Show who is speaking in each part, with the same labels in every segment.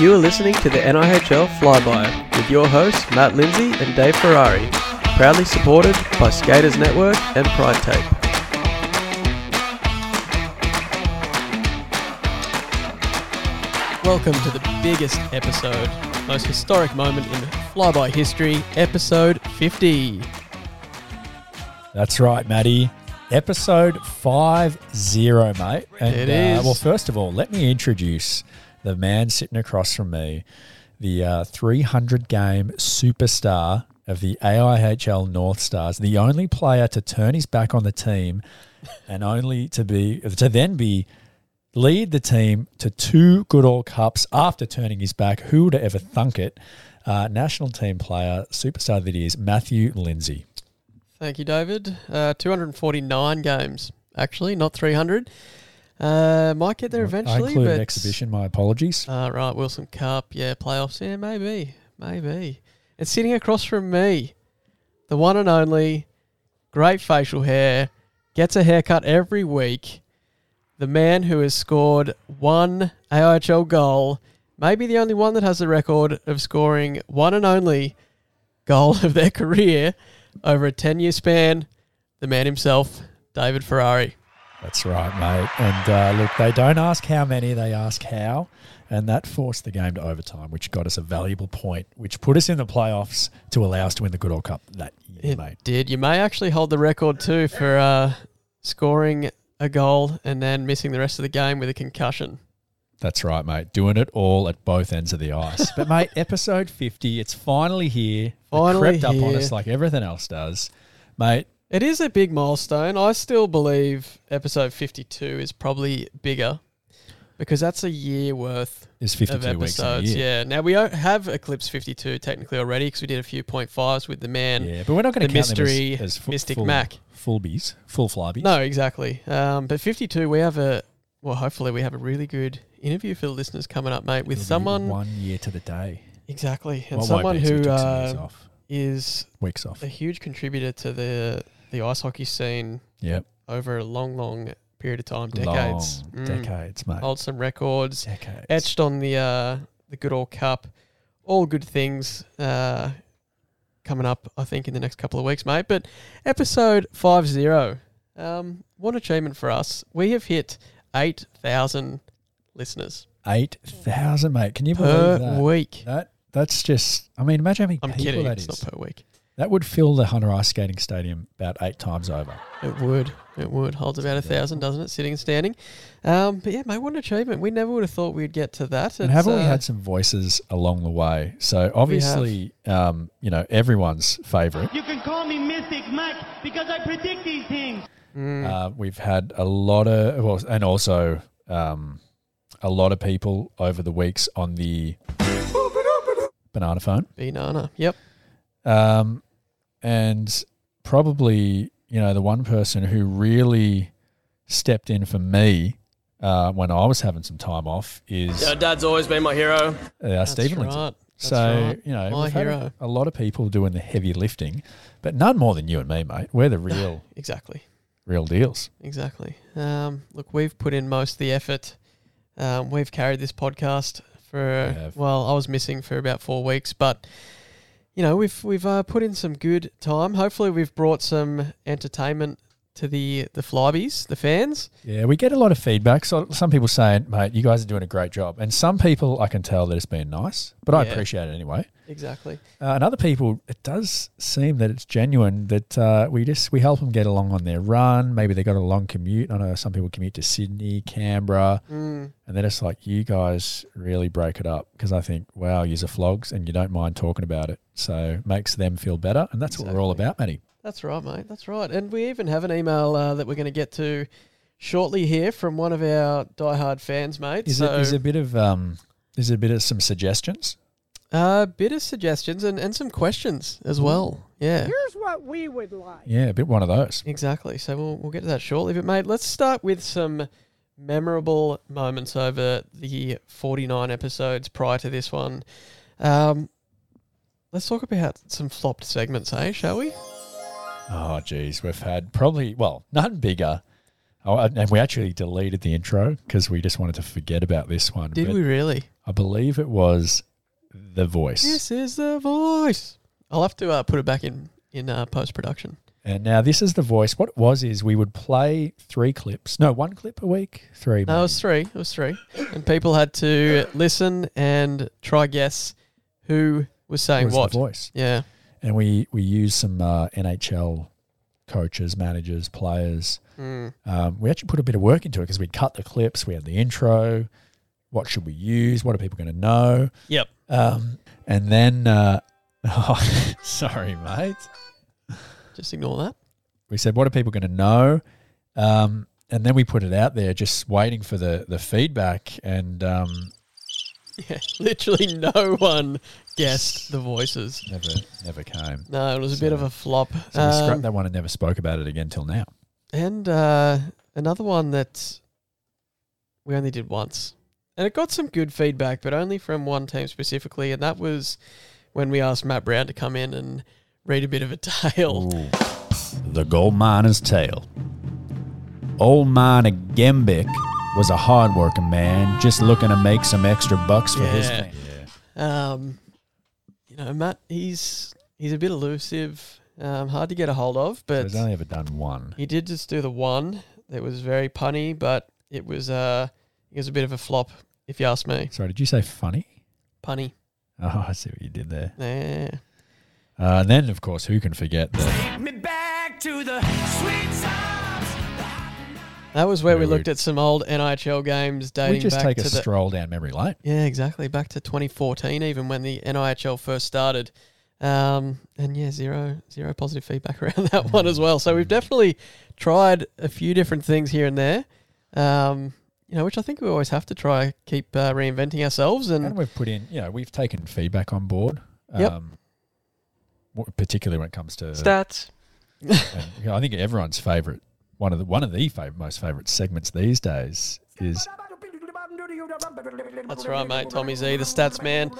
Speaker 1: You are listening to the NIHL Flyby with your hosts Matt Lindsay and Dave Ferrari, proudly supported by Skaters Network and Pride Tape. Welcome to the biggest episode, most historic moment in flyby history, episode 50.
Speaker 2: That's right, Maddie. Episode 50, mate. And,
Speaker 1: It
Speaker 2: uh,
Speaker 1: is.
Speaker 2: well, first of all, let me introduce the man sitting across from me, the uh, 300 game superstar of the AIHL North Stars, the only player to turn his back on the team and only to be to then be lead the team to two good all cups after turning his back. Who would have ever thunk it? Uh, national team player, superstar that he is, Matthew Lindsay.
Speaker 1: Thank you, David. Uh, 249 games, actually, not 300. Uh, might get there eventually.
Speaker 2: I included
Speaker 1: but
Speaker 2: exhibition. My apologies.
Speaker 1: Uh, right, Wilson Cup, yeah, playoffs, yeah, maybe, maybe. And sitting across from me, the one and only, great facial hair, gets a haircut every week, the man who has scored one AIHL goal, maybe the only one that has the record of scoring one and only goal of their career over a 10 year span, the man himself, David Ferrari.
Speaker 2: That's right, mate. And uh, look, they don't ask how many, they ask how. And that forced the game to overtime, which got us a valuable point, which put us in the playoffs to allow us to win the Good Old Cup that year,
Speaker 1: It
Speaker 2: mate.
Speaker 1: did. You may actually hold the record too for uh, scoring a goal and then missing the rest of the game with a concussion.
Speaker 2: That's right, mate. Doing it all at both ends of the ice. but, mate, episode 50, it's finally here.
Speaker 1: Finally
Speaker 2: it crept up on
Speaker 1: here.
Speaker 2: us like everything else does. Mate,
Speaker 1: It is a big milestone. I still believe episode 52 is probably bigger because that's a year worth
Speaker 2: there's 52
Speaker 1: of
Speaker 2: weeks in a
Speaker 1: episodes.
Speaker 2: year.
Speaker 1: Yeah. Now we o- have eclipsed 52 technically already because we did a few point fives with the man.
Speaker 2: Yeah, but we're not going
Speaker 1: The
Speaker 2: to count them as-
Speaker 1: mystery
Speaker 2: as, fu-
Speaker 1: Mystic
Speaker 2: full,
Speaker 1: Mac.
Speaker 2: Full bees, full flybees.
Speaker 1: No, exactly. Um, but 52, we have a, well, hopefully we have a really good interview for the listeners coming up, mate, with
Speaker 2: It'll be
Speaker 1: someone.
Speaker 2: One year to the day.
Speaker 1: Exactly. And
Speaker 2: Well, it
Speaker 1: someone
Speaker 2: won't be, so we
Speaker 1: who
Speaker 2: took some years
Speaker 1: uh,
Speaker 2: off.
Speaker 1: is
Speaker 2: Weeks off.
Speaker 1: a huge contributor to the the ice hockey scene
Speaker 2: Yep.
Speaker 1: over a long, long period of time, decades.
Speaker 2: Long
Speaker 1: Mm.
Speaker 2: Decades, mate.
Speaker 1: Hold some records,
Speaker 2: Decades.
Speaker 1: etched on the uh, the good old cup. All good things uh, coming up, I think, in the next couple of weeks, mate. But episode five zero, um, what achievement for us! We have hit eight thousand listeners
Speaker 2: 8,000, mate. Can you
Speaker 1: per
Speaker 2: believe that?
Speaker 1: week.
Speaker 2: that? That's just, I mean, imagine how many
Speaker 1: I'm
Speaker 2: people
Speaker 1: kidding.
Speaker 2: that
Speaker 1: It's
Speaker 2: is.
Speaker 1: not per week.
Speaker 2: That would fill the Hunter Ice Skating Stadium about eight times over.
Speaker 1: It would. It would. Holds about a
Speaker 2: Yeah.
Speaker 1: thousand, doesn't it? Sitting and standing. Um, but yeah, mate, what an achievement. We never would have thought we'd get to that.
Speaker 2: and
Speaker 1: It's,
Speaker 2: haven't we
Speaker 1: uh,
Speaker 2: had some voices along the way? So obviously, um, you know, everyone's favourite.
Speaker 3: You can call me Mystic Mike because I predict these things.
Speaker 1: Mm,
Speaker 2: Uh, we've had a lot of, well, and also um, a lot of people over the weeks on the banana phone.
Speaker 1: banana. Yep.
Speaker 2: Um, and probably, you know, the one person who really stepped in for me uh, when I was having some time off is
Speaker 4: Yeah, dad's always been my hero.
Speaker 2: uh, Stephen
Speaker 1: That's
Speaker 2: Lindsay.
Speaker 1: right. That's
Speaker 2: So,
Speaker 1: right.
Speaker 2: you know,
Speaker 1: My
Speaker 2: we've had
Speaker 1: hero.
Speaker 2: a lot of people doing the heavy lifting, but none more than you and me, mate. We're the real,
Speaker 1: Exactly.
Speaker 2: real deals.
Speaker 1: Exactly. Um, look, we've put in most of the effort. Um, we've carried this podcast
Speaker 2: We
Speaker 1: for
Speaker 2: have.
Speaker 1: well, I was missing for about four weeks, but you know we've we've uh, put in some good time. Hopefully, we've brought some entertainment to the the flybies, the fans.
Speaker 2: Yeah, we get a lot of feedback. So some people saying, mate, you guys are doing a great job. And some people I can tell that it's been nice, but I
Speaker 1: Yeah.
Speaker 2: appreciate it anyway.
Speaker 1: Exactly.
Speaker 2: Uh, and other people, it does seem that it's genuine that uh, we just we help them get along on their run. Maybe they got a long commute. I know some people commute to Sydney, Canberra,
Speaker 1: Mm,
Speaker 2: and they're just like, "You guys really break it up." Because I think, wow, you're flogs, and you don't mind talking about it, so it makes them feel better, and that's what we're all
Speaker 1: Exactly.
Speaker 2: about, Matty.
Speaker 1: That's right, mate. That's right. And we even have an email uh, that we're going to get to shortly here from one of our diehard fans, mate.
Speaker 2: Is
Speaker 1: so
Speaker 2: it is a bit of um, is it a bit of some suggestions?
Speaker 1: uh, bit of suggestions and, and some questions
Speaker 2: Mm.
Speaker 1: as well. Yeah,
Speaker 5: Here's what we would like.
Speaker 2: Yeah, a bit one of those.
Speaker 1: exactly. So we'll, we'll get to that shortly. But, mate, let's start with some memorable moments over the 49 episodes prior to this one. Um, let's talk about some flopped segments, eh, shall we?
Speaker 2: Oh, geez, we've had probably well none bigger. Oh, and and we actually deleted the intro because we just wanted to forget about this one.
Speaker 1: Did
Speaker 2: but-
Speaker 1: we really?
Speaker 2: I believe it was The Voice.
Speaker 1: This is the voice. I'll have to uh, put it back in in uh, post production.
Speaker 2: And now this is The Voice. What it was is we would play three clips. No, one clip a week, three.
Speaker 1: No, it
Speaker 2: maybe.
Speaker 1: was three. It was three, and people had to listen and try guess who was
Speaker 2: It
Speaker 1: saying
Speaker 2: was
Speaker 1: what.
Speaker 2: The Voice.
Speaker 1: Yeah,
Speaker 2: And we, we used some uh, NHL coaches, managers, players.
Speaker 1: Mm.
Speaker 2: Um, we actually put a bit of work into it because we'd cut the clips, we had the intro. What should we use? What are people going to know?
Speaker 1: Yep.
Speaker 2: Um, and then, uh, sorry, mate.
Speaker 1: just ignore that.
Speaker 2: We said, what are people going to know? Um, and then we put it out there, just waiting for the the feedback. And um,
Speaker 1: Yeah, literally no one guessed the voices.
Speaker 2: never, never came.
Speaker 1: No, it was a bit of a flop.
Speaker 2: So we
Speaker 1: Um,
Speaker 2: scrapped that one and never spoke about it again till now.
Speaker 1: And uh, another one that we only did once. And it got some good feedback, but only from one team specifically. And that was when we asked Matt Brown to come in and read a bit of a tale.
Speaker 2: The Gold Miner's Tale. Old Miner Gembick was a hard working man, just looking to make some extra bucks for his
Speaker 1: Yeah.
Speaker 2: family.
Speaker 1: Um, you know, Matt, he's he's a bit elusive, um, hard to get a hold of, but
Speaker 2: But he's only ever done one.
Speaker 1: he did just do the one that was very punny, but it was uh, it was a bit of a flop, if you ask me.
Speaker 2: Sorry, did you say funny?
Speaker 1: Punny.
Speaker 2: Oh, I see what you did there.
Speaker 1: Yeah.
Speaker 2: Uh, and then, of course, who can forget the
Speaker 4: me back to the sweet times.
Speaker 1: That was where
Speaker 2: Yeah,
Speaker 1: we
Speaker 2: we-
Speaker 1: looked at some old NHL games dating
Speaker 2: we just
Speaker 1: back
Speaker 2: take a
Speaker 1: to the
Speaker 2: stroll down memory lane.
Speaker 1: yeah, exactly back to 2014, even when the NIHL first started. Um, and yeah, zero zero positive feedback around that one as well. So we've definitely tried a few different things here and there. Um, you know, which I think we always have to try keep uh, reinventing ourselves.
Speaker 2: And
Speaker 1: And
Speaker 2: we've put in, you know, we've taken feedback on board.
Speaker 1: Yep.
Speaker 2: w- Particularly when it comes to
Speaker 5: Stats.
Speaker 2: And, you know, I think everyone's favorite one of the one of the fav- most favorite segments these days is
Speaker 1: that's right, mate. Tommy Z, the stats man.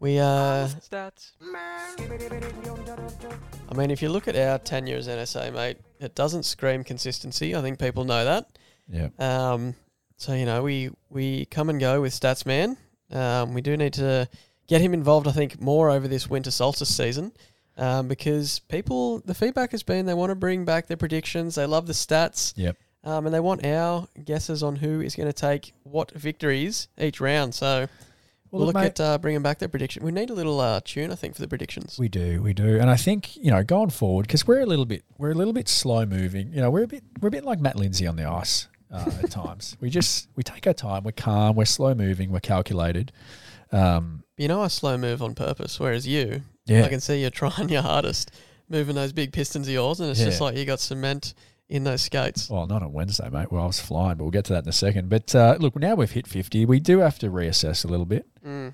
Speaker 1: We uh,
Speaker 5: Stats.
Speaker 1: I mean, if you look at our tenure as NSA, mate, it doesn't scream consistency. I think people know that.
Speaker 2: yeah
Speaker 1: Um, so you know, we we come and go with Statsman. Um, we do need to get him involved, I think, more over this winter solstice season, um, because people the feedback has been they want to bring back their predictions. They love the stats,
Speaker 2: yep
Speaker 1: um, and they want our guesses on who is going to take what victories each round. So. We'll,
Speaker 2: Well,
Speaker 1: look at
Speaker 2: mate-
Speaker 1: uh, bringing back their prediction. We need a little uh, tune, I think, for the predictions.
Speaker 2: we do we do and I think you know going forward because we're a little bit we're a little bit slow moving you know we're a bit we're a bit like Matt Lindsay on the ice uh, at times we just we take our time we're calm we're slow moving we're calculated um,
Speaker 1: You know, I slow move on purpose, whereas you,
Speaker 2: yeah
Speaker 1: I can see you're trying your hardest, moving those big pistons of yours, and it's just
Speaker 2: Yeah.
Speaker 1: like you got cement in those skates.
Speaker 2: Well, not on Wednesday, mate. Well, I was flying, but we'll get to that in a second. But uh, look, now we've hit 50. We do have to reassess a little bit. Um,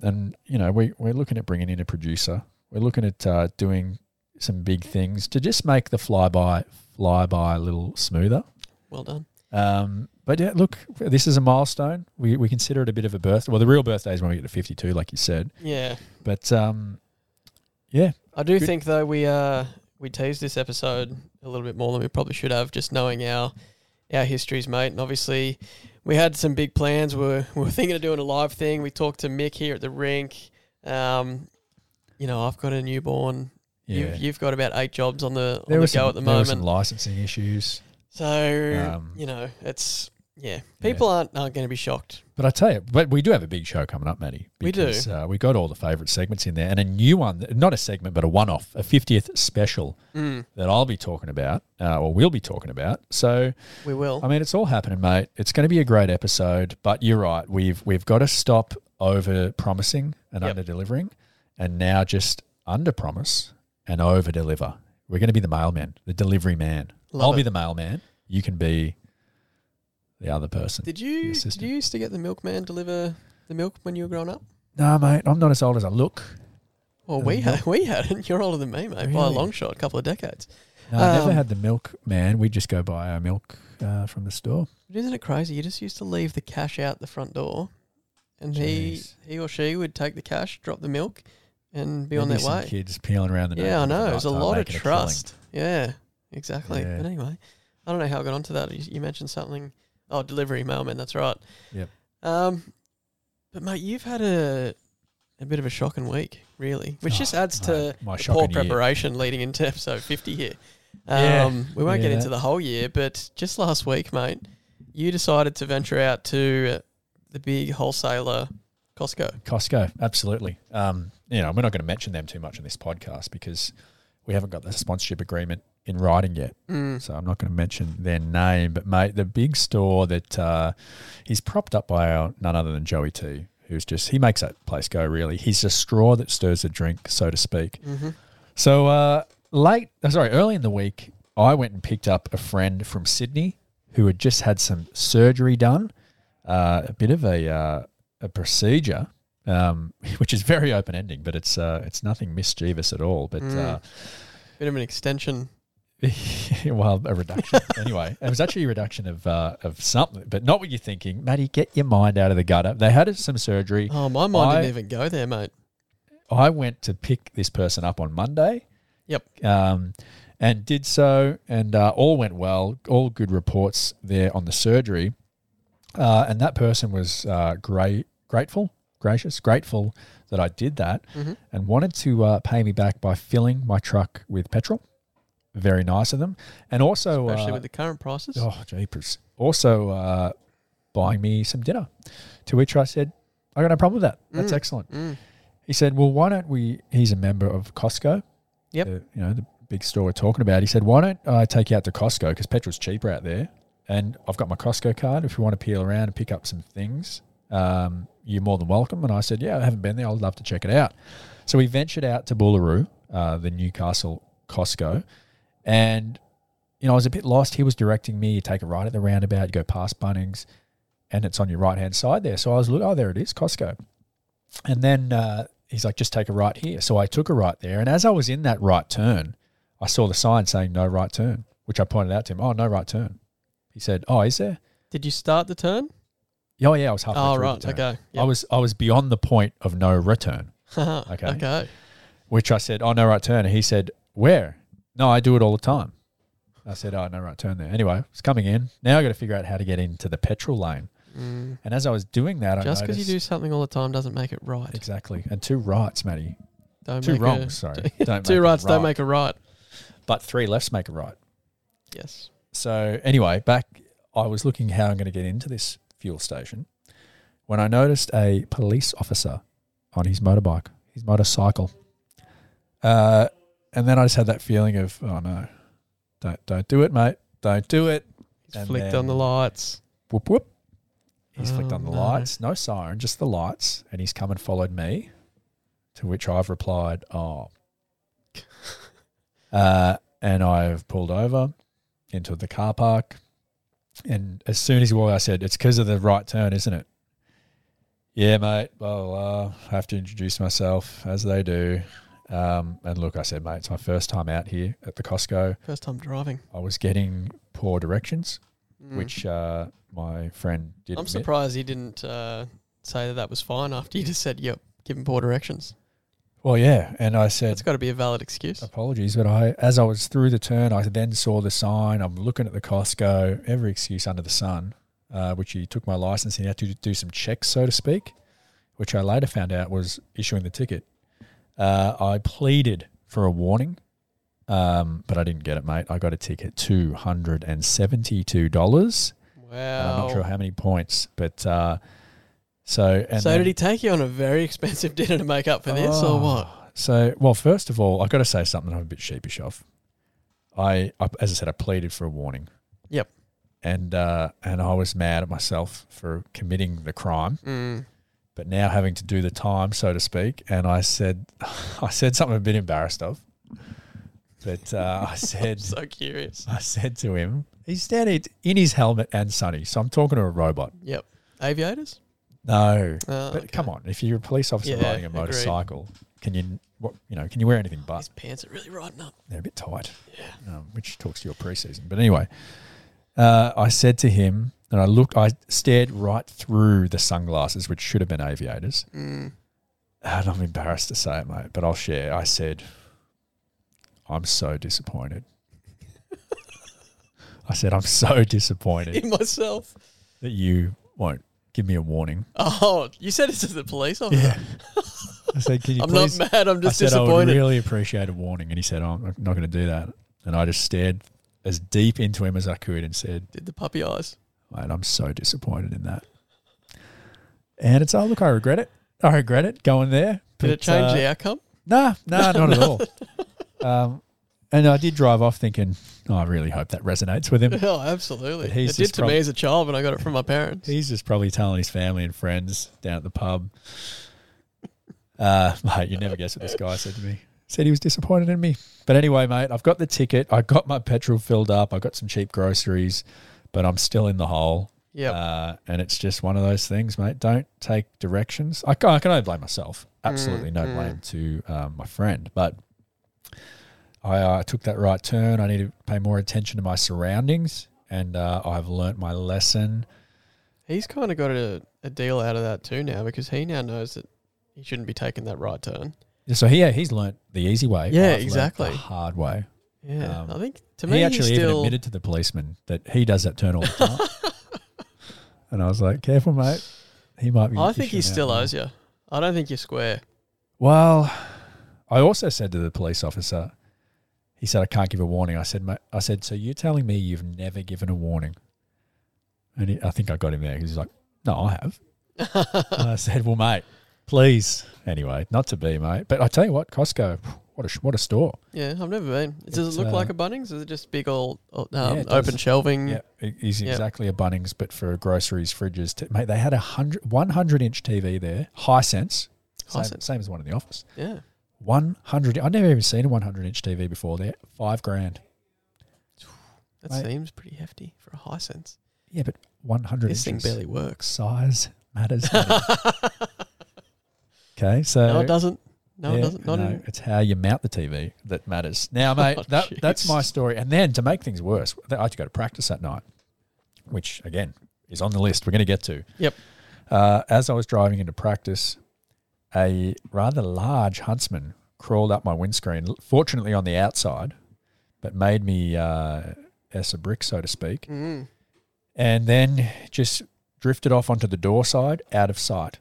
Speaker 2: and, you know, we, we're looking at bringing in a producer. We're looking at uh, doing some big things to just make the flyby, flyby a little smoother.
Speaker 1: Well done.
Speaker 2: Um, but yeah, look, this is a milestone. We, we consider it a bit of a birthday. Well, the real birthday is when we get to 52, like you said.
Speaker 1: Yeah,
Speaker 2: But um, yeah,
Speaker 1: I do
Speaker 2: Good.
Speaker 1: think though we uh we teased this episode a little bit more than we probably should have, just knowing our our histories, mate. And obviously, we had some big plans. We were, we were thinking of doing a live thing. We talked to Mick here at the rink. Um, you know, I've got a newborn.
Speaker 2: yeah.
Speaker 1: You've, you've got about eight jobs on the on the
Speaker 2: there
Speaker 1: go
Speaker 2: was some,
Speaker 1: at the
Speaker 2: there were some
Speaker 1: moment.
Speaker 2: licensing issues.
Speaker 1: So
Speaker 2: Um,
Speaker 1: you know, it's yeah. People aren't aren't going to be shocked.
Speaker 2: But I tell you, but we do have a big show coming up, Matty.
Speaker 1: We do.
Speaker 2: because, Uh, we got all the favourite segments in there, and a new one, not a segment, but a one-off, a fiftieth special
Speaker 1: Mm.
Speaker 2: that I'll be talking about, uh, or we'll be talking about. So,
Speaker 1: We will.
Speaker 2: I mean, it's all happening, mate. It's going to be a great episode. But you're right. We've we've got to stop over promising and
Speaker 1: Yep.
Speaker 2: under delivering, and now just under promise and over deliver. We're going to be the mailman, the delivery man.
Speaker 1: Love
Speaker 2: I'll be
Speaker 1: it.
Speaker 2: the mailman. You can be the other person.
Speaker 1: Did you did
Speaker 2: assistant.
Speaker 1: you used to get the milkman deliver the milk when you were growing up?
Speaker 2: no, mate. I'm not as old as I look.
Speaker 1: Well, we had we hadn't. You're older than me, mate, by a
Speaker 2: Uh, Really?
Speaker 1: long shot, a couple of decades.
Speaker 2: No, I never
Speaker 1: Um,
Speaker 2: had the milk, man. We just go buy our milk uh, from the store.
Speaker 1: But isn't it crazy? You just used to leave the cash out the front door, and he
Speaker 2: Jeez.
Speaker 1: he or she would take the cash, drop the milk, and be on
Speaker 2: There'd
Speaker 1: their
Speaker 2: be some
Speaker 1: way.
Speaker 2: Kids peeling around the
Speaker 1: Yeah, I
Speaker 2: neighborhood
Speaker 1: know.
Speaker 2: at
Speaker 1: It was a
Speaker 2: nighttime
Speaker 1: lot of
Speaker 2: making a killing.
Speaker 1: trust. Yeah, exactly.
Speaker 2: Yeah.
Speaker 1: But anyway, I don't know how I got onto that. You, you mentioned something. Oh, delivery mailman. That's right.
Speaker 2: Yep.
Speaker 1: Um, But mate, you've had a a bit of a shocking week, really, which
Speaker 2: Oh,
Speaker 1: just adds to
Speaker 2: mate, my
Speaker 1: the poor
Speaker 2: shocking year.
Speaker 1: preparation leading into episode fifty here. Um,
Speaker 2: Yeah.
Speaker 1: we won't get
Speaker 2: Yeah.
Speaker 1: into the whole year, but just last week, mate, you decided to venture out to uh, the big wholesaler Costco.
Speaker 2: Costco, absolutely. Um, you know, we're not going to mention them too much in this podcast because we haven't got the sponsorship agreement in writing yet.
Speaker 1: Mm.
Speaker 2: So I'm not going to mention their name. But mate, the big store that uh, he's propped up by our, none other than Joey T, who's just he makes that place go. Really, he's the straw that stirs the drink, so to speak. So uh, late, oh, sorry, early in the week, I went and picked up a friend from Sydney who had just had some surgery done, uh, a bit of a uh, a procedure, um, which is very open ending, but it's uh, it's nothing mischievous at all. But uh,
Speaker 1: Bit of an extension.
Speaker 2: well, a reduction. anyway, it was actually a reduction of uh, of something, but not what you're thinking, Maddie. Get your mind out of the gutter. They had some surgery.
Speaker 1: Oh, my mind
Speaker 2: I-
Speaker 1: didn't even go there, mate.
Speaker 2: I went to pick this person up on Monday.
Speaker 1: Yep.
Speaker 2: um, and did so, and uh, all went well. All good reports there on the surgery, uh, and that person was uh, great, grateful, gracious, grateful that I did that,
Speaker 1: Mm-hmm.
Speaker 2: and wanted to uh, pay me back by filling my truck with petrol. Very nice of them, and also
Speaker 1: Especially
Speaker 2: uh,
Speaker 1: with the current prices.
Speaker 2: Oh, jeepers. Also, uh, buying me some dinner. To which I said, I got no problem with that. That's excellent. He said, Well, why don't we? He's a member of Costco.
Speaker 1: Yep.
Speaker 2: the- you know, the big store we're talking about. He said, Why don't I take you out to Costco? Because petrol's cheaper out there. And I've got my Costco card. If you want to peel around and pick up some things, um, you're more than welcome. And I said, Yeah, I haven't been there. I'd love to check it out. So we ventured out to Boolaroo, uh, the Newcastle Costco. And you know, I was a bit lost. He was directing me. You take a right at the roundabout, you go past Bunnings, and it's on your right hand side there. So I was looking, oh, there it is, Costco. And then uh, he's like, just take a right here. So I took a right there. And as I was in that right turn, I saw the sign saying no right turn, which I pointed out to him, oh, no right turn. He said, oh, is there?
Speaker 1: Did you start the turn?
Speaker 2: Yeah, Oh, yeah, I was halfway
Speaker 1: Oh,
Speaker 2: through
Speaker 1: right.
Speaker 2: the turn.
Speaker 1: Okay.
Speaker 2: I
Speaker 1: Yep.
Speaker 2: was I was beyond the point of no return,
Speaker 1: okay. Okay.
Speaker 2: which I said, oh, no right turn. And he said, where? No, I do it all the time. I said, oh, no right turn there. Anyway, it's coming in. Now i got to figure out how to get into the petrol lane. And as I was doing that,
Speaker 1: Mm. Just
Speaker 2: I
Speaker 1: because
Speaker 2: noticed
Speaker 1: you do something all the time doesn't make it right.
Speaker 2: exactly and two rights, Matty.
Speaker 1: Don't
Speaker 2: Two
Speaker 1: make a-
Speaker 2: wrongs, sorry. Don't
Speaker 1: two
Speaker 2: make a
Speaker 1: rights
Speaker 2: right.
Speaker 1: don't make a right.
Speaker 2: But three lefts make a right.
Speaker 1: Yes.
Speaker 2: So anyway, back I was looking how I'm going to get into this fuel station when I noticed a police officer on his motorbike, his motorcycle. Uh, and then I just had that feeling of, oh no, don't don't do it, mate, don't do it.
Speaker 1: He's
Speaker 2: And
Speaker 1: flicked on
Speaker 2: then-
Speaker 1: the lights.
Speaker 2: whoop whoop. He's flicked
Speaker 1: Oh,
Speaker 2: on the
Speaker 1: no.
Speaker 2: lights, no siren, just the lights, and he's come and followed me. To which I've replied, "Oh," uh, and I've pulled over into the car park. And as soon as he walked, I said, "It's because of the right turn, isn't it?" Yeah, mate. Blah blah. blah. I have to introduce myself as they do. Um, and look, I said, mate, it's my first time out here at the Costco.
Speaker 1: First time driving.
Speaker 2: I was getting poor directions, which uh, my friend did.
Speaker 1: Mm. I'm
Speaker 2: admit.
Speaker 1: surprised he didn't uh, say that that was fine after you just said, yep, give him poor directions.
Speaker 2: Well, yeah, and I said
Speaker 1: That's got to be a valid excuse.
Speaker 2: apologies, but I, as I was through the turn, I then saw the sign. I'm looking at the Costco, every excuse under the sun, uh, which he took my license and he had to do some checks, so to speak, which I later found out was issuing the ticket. Uh, I pleaded for a warning, um, but I didn't get it, mate. I got a ticket, two hundred and seventy-two dollars. and I'm
Speaker 1: Wow.
Speaker 2: not sure how many points, but uh, so and
Speaker 1: so
Speaker 2: then- Oh.
Speaker 1: did he take you on a very expensive dinner to make up for this or what?
Speaker 2: So well, first of all, I've got to say something I'm a bit sheepish of. I, I as I said, I pleaded for a warning,
Speaker 1: Yep.
Speaker 2: and uh, and I was mad at myself for committing the crime,
Speaker 1: Mm.
Speaker 2: but now having to do the time, so to speak, and I said, I said something I'm a bit embarrassed of, but uh, I said.
Speaker 1: So curious.
Speaker 2: I said to him, he's standing in his helmet and sunny, so I'm talking to a robot.
Speaker 1: Yep. Aviators?
Speaker 2: No,
Speaker 1: Oh,
Speaker 2: but
Speaker 1: okay.
Speaker 2: come on, if you're a police officer
Speaker 1: Yeah,
Speaker 2: riding a
Speaker 1: agreed.
Speaker 2: motorcycle, can you what you know? Can you wear anything but?
Speaker 1: His pants are really riding up.
Speaker 2: they're a bit tight, um, which talks to your preseason. But anyway, uh, I said to him, and I looked, I stared right through the sunglasses, which should have been aviators.
Speaker 1: Mm.
Speaker 2: And I'm embarrassed to say it, mate, but I'll share. I said, I'm so disappointed. I said, I'm so disappointed
Speaker 1: In myself.
Speaker 2: that you won't give me a warning.
Speaker 1: Oh, you said this is the police officer.
Speaker 2: I said, can you
Speaker 1: I'm
Speaker 2: please?
Speaker 1: not mad. I'm just
Speaker 2: I said I would
Speaker 1: disappointed.
Speaker 2: really appreciate a warning, and he said, oh, I'm not going to do that. And I just stared as deep into him as I could and said,
Speaker 1: Did the puppy eyes?
Speaker 2: Mate, I'm so disappointed in that. And it's oh look, I regret it. I regret it going there.
Speaker 1: Did it
Speaker 2: but,
Speaker 1: change
Speaker 2: uh,
Speaker 1: the outcome?
Speaker 2: Nah, nah, not at all. Um, and I did drive off thinking, oh, I really hope that resonates with him.
Speaker 1: Oh, absolutely.
Speaker 2: But he's
Speaker 1: It did
Speaker 2: just
Speaker 1: to
Speaker 2: prob-
Speaker 1: me as a child, but I got it from my parents.
Speaker 2: He's just probably telling his family and friends down at the pub. Uh, mate, you never guess what this guy said to me. Said he was disappointed in me. But anyway, mate, I've got the ticket. I got my petrol filled up. I got some cheap groceries, but I'm still in the hole.
Speaker 1: Yep.
Speaker 2: Uh, and it's just one of those things, mate. Don't take directions. I, ca- I can only blame myself. Absolutely no blame to um, my friend. But I uh, took that right turn. I need to pay more attention to my surroundings. And uh, I've learnt my lesson.
Speaker 1: He's kind of got a, a deal out of that too now because he now knows that he shouldn't be taking that right turn.
Speaker 2: Yeah, So he he's learnt the easy way.
Speaker 1: Yeah,
Speaker 2: I've learnt
Speaker 1: exactly.
Speaker 2: the hard way.
Speaker 1: Yeah,
Speaker 2: Um,
Speaker 1: I think to me
Speaker 2: He actually
Speaker 1: he's
Speaker 2: even
Speaker 1: still
Speaker 2: admitted to the policeman that he does that turn all the time. and I was like, "Careful, mate. He might be."
Speaker 1: I think he
Speaker 2: issuing
Speaker 1: still
Speaker 2: out.
Speaker 1: owes you. I don't think you're square.
Speaker 2: Well, I also said to the police officer, he said, "I can't give a warning." I said, "Mate," I said, "So you're telling me you've never given a warning?" And he, I think I got him there 'cause he's like, "No, I have." And I said, "Well, mate, please." Anyway, not to be, mate. But I tell you what, Costco, what a sh- what a store.
Speaker 1: Yeah, I've never been. Does
Speaker 2: It's,
Speaker 1: it look
Speaker 2: uh,
Speaker 1: like a Bunnings? Is it just big old um,
Speaker 2: it does.
Speaker 1: open shelving?
Speaker 2: Yeah, it is
Speaker 1: Yeah.
Speaker 2: e, exactly a Bunnings, but for groceries, fridges. T- mate, they had a hundred, 100 inch TV there, high sense, same,
Speaker 1: Hisense.
Speaker 2: same as one in the office.
Speaker 1: Yeah,
Speaker 2: 100, I'd never even seen a 100 inch TV before there, five grand.
Speaker 1: that
Speaker 2: Mate.
Speaker 1: seems pretty hefty for a high sense.
Speaker 2: Yeah, but 100
Speaker 1: This thing
Speaker 2: inches.
Speaker 1: barely works.
Speaker 2: Size matters. okay, so.
Speaker 1: No, it doesn't. No,
Speaker 2: Yeah,
Speaker 1: it doesn't. Not
Speaker 2: no,
Speaker 1: in,
Speaker 2: it's how you mount the TV that matters. Now, mate,
Speaker 1: Oh,
Speaker 2: that, that's
Speaker 1: jeez.
Speaker 2: my story. And then to make things worse, I had to go to practice that night, which again is on the list. We're going to get to.
Speaker 1: Yep.
Speaker 2: Uh, as I was driving into practice, a rather large huntsman crawled up my windscreen. Fortunately, on the outside, but made me uh, s a brick, so to speak.
Speaker 1: Mm.
Speaker 2: And then just drifted off onto the door side, out of sight,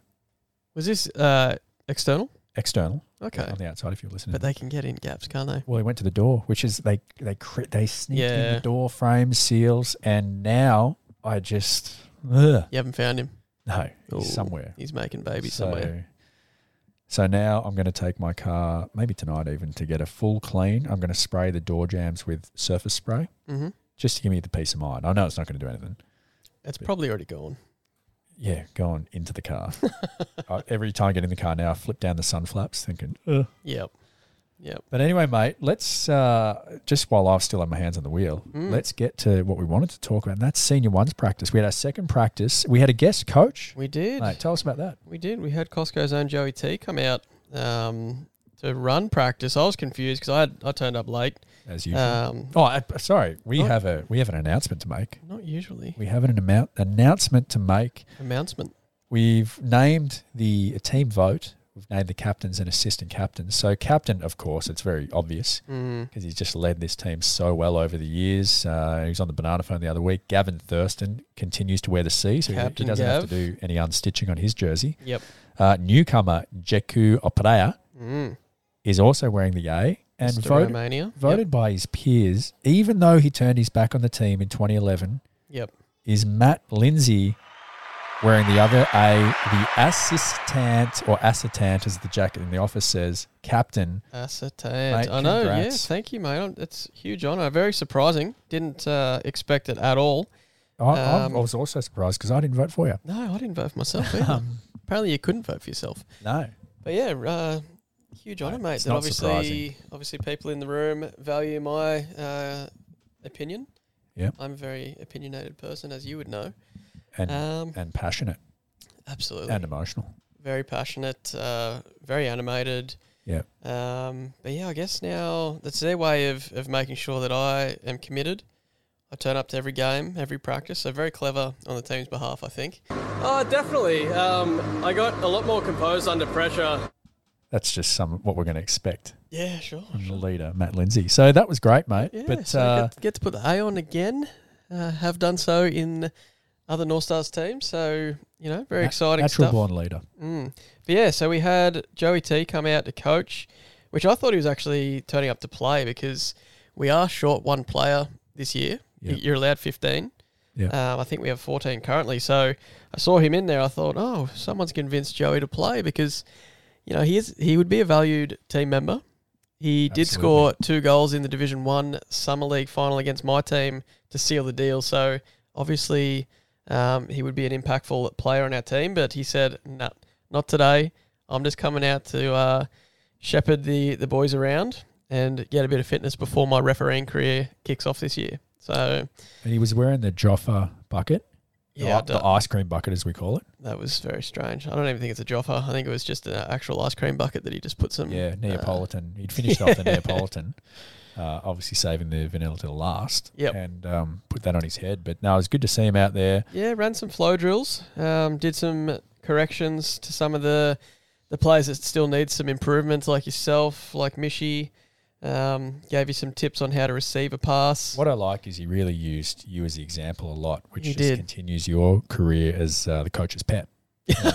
Speaker 1: was this uh, external?
Speaker 2: external
Speaker 1: Okay,
Speaker 2: on the outside. If you're listening,
Speaker 1: but they can get in gaps, can't they?
Speaker 2: Well, he went to the door, which is they they cri- they sneaked in
Speaker 1: Yeah.
Speaker 2: the door frame seals, and now I just ugh,
Speaker 1: You haven't found him.
Speaker 2: no he's
Speaker 1: Ooh,
Speaker 2: somewhere
Speaker 1: He's making babies
Speaker 2: so,
Speaker 1: somewhere.
Speaker 2: So now I'm going to take my car, maybe tonight even, to get a full clean. I'm going to spray the door jams with surface spray
Speaker 1: hmm
Speaker 2: just to give me the peace of mind. I know it's not going to do anything.
Speaker 1: It's probably already gone.
Speaker 2: Yeah, going into the car. I, every time I get in the car now, I flip down the sun flaps, thinking, ugh.
Speaker 1: Yep. Yep.
Speaker 2: But anyway, mate, let's uh, just while I've still had my hands on the wheel,
Speaker 1: Mm.
Speaker 2: let's get to what we wanted to talk about, and that's senior ones practice. We had our second practice. We had a guest coach.
Speaker 1: We did.
Speaker 2: Mate, tell us about that.
Speaker 1: We did. We had Costco's own Joey T come out um, to run practice. I was confused because I had, I turned up late.
Speaker 2: As usual.
Speaker 1: Um,
Speaker 2: oh, I, sorry. We
Speaker 1: Oh.
Speaker 2: have a we have an announcement to make.
Speaker 1: not usually.
Speaker 2: We have an amount announcement to make.
Speaker 1: Announcement.
Speaker 2: We've named the team vote. We've named the captains and assistant captains. So captain, of course, it's very obvious
Speaker 1: Mm.
Speaker 2: because he's just led this team so well over the years. Uh, he was on the banana phone the other week. Gavin Thurston continues to wear the C, so he-
Speaker 1: Captain
Speaker 2: he doesn't have
Speaker 1: Gav.
Speaker 2: to do any unstitching on his jersey.
Speaker 1: Yep.
Speaker 2: Uh, newcomer Jeku Oprea is also wearing the A and
Speaker 1: Mm. Mr.
Speaker 2: voted,
Speaker 1: Romania.
Speaker 2: voted by his peers, even though he turned his back on the team in 2011
Speaker 1: Yep.
Speaker 2: is Matt Lindsay wearing the other A, the assistant or assitant, as the jacket in the office says, captain.
Speaker 1: yep.
Speaker 2: Mate,
Speaker 1: Ascertained. I know. Yeah.
Speaker 2: congrats.
Speaker 1: Thank you, mate. Um, It's a huge honour. Very surprising. Didn't uh, expect it at all.
Speaker 2: I, I
Speaker 1: Um,
Speaker 2: was also surprised because I didn't vote for you.
Speaker 1: No, I didn't vote for myself either.
Speaker 2: Um,
Speaker 1: Apparently, you couldn't vote for yourself.
Speaker 2: No.
Speaker 1: But yeah, uh, huge honour, mate.
Speaker 2: it's
Speaker 1: That
Speaker 2: not
Speaker 1: obviously,
Speaker 2: surprising.
Speaker 1: obviously, people in the room value my uh, opinion.
Speaker 2: Yeah.
Speaker 1: I'm a very opinionated person, as you would know.
Speaker 2: And,
Speaker 1: Um,
Speaker 2: and passionate
Speaker 1: absolutely,
Speaker 2: and emotional.
Speaker 1: very passionate, uh, very animated.
Speaker 2: Yeah.
Speaker 1: Um, but yeah, I guess now that's their way of of making sure that I am committed. I turn up to every game, every practice. So very clever on the team's behalf, I think. Oh, definitely. Um, I got a lot more composed under pressure.
Speaker 2: That's just some what we're going to expect
Speaker 1: Yeah, sure.
Speaker 2: from the leader, Matt Lindsay. So that was great, mate.
Speaker 1: Yeah,
Speaker 2: but
Speaker 1: so
Speaker 2: uh,
Speaker 1: get, get to put the A on again. Uh, have done so in other North Stars teams. So You know, very exciting
Speaker 2: Natural
Speaker 1: stuff.
Speaker 2: born leader.
Speaker 1: Mm. But yeah, so we had Joey T come out to coach, which I thought he was actually turning up to play because we are short one player this year.
Speaker 2: Yeah.
Speaker 1: Y- You're allowed 15.
Speaker 2: Yeah.
Speaker 1: Um, I think we have 14 currently. So I saw him in there. I thought, oh, someone's convinced Joey to play because, you know, he is he would be a valued team member. He did
Speaker 2: Absolutely.
Speaker 1: score two goals in the Division One Summer League final against my team to seal the deal. So obviously, um, he would be an impactful player on our team. But he said, "No, not today. I'm just coming out to uh, shepherd the the boys around and get a bit of fitness before my refereeing career kicks off this year." So
Speaker 2: And he was wearing the Joffa bucket, the
Speaker 1: yeah, I
Speaker 2: i- the,
Speaker 1: don't-
Speaker 2: ice cream bucket as we call it.
Speaker 1: that was very strange. I don't even think it's a Joffa. I think it was just an actual ice cream bucket that he just put some.
Speaker 2: Yeah,
Speaker 1: uh,
Speaker 2: Neapolitan. He'd finished off the Neapolitan, uh, obviously saving the vanilla to the last.
Speaker 1: Yep.
Speaker 2: And um, put that on his head. But no, it was good to see him out there.
Speaker 1: Yeah, ran some flow drills. Um, did some corrections to some of the the players that still need some improvements, like yourself, like Mishy. Um, gave you some tips on how to receive a pass.
Speaker 2: What I like is he really used you as the example a lot, which
Speaker 1: He
Speaker 2: just
Speaker 1: did.
Speaker 2: continues your career as uh, the coach's pet. you know?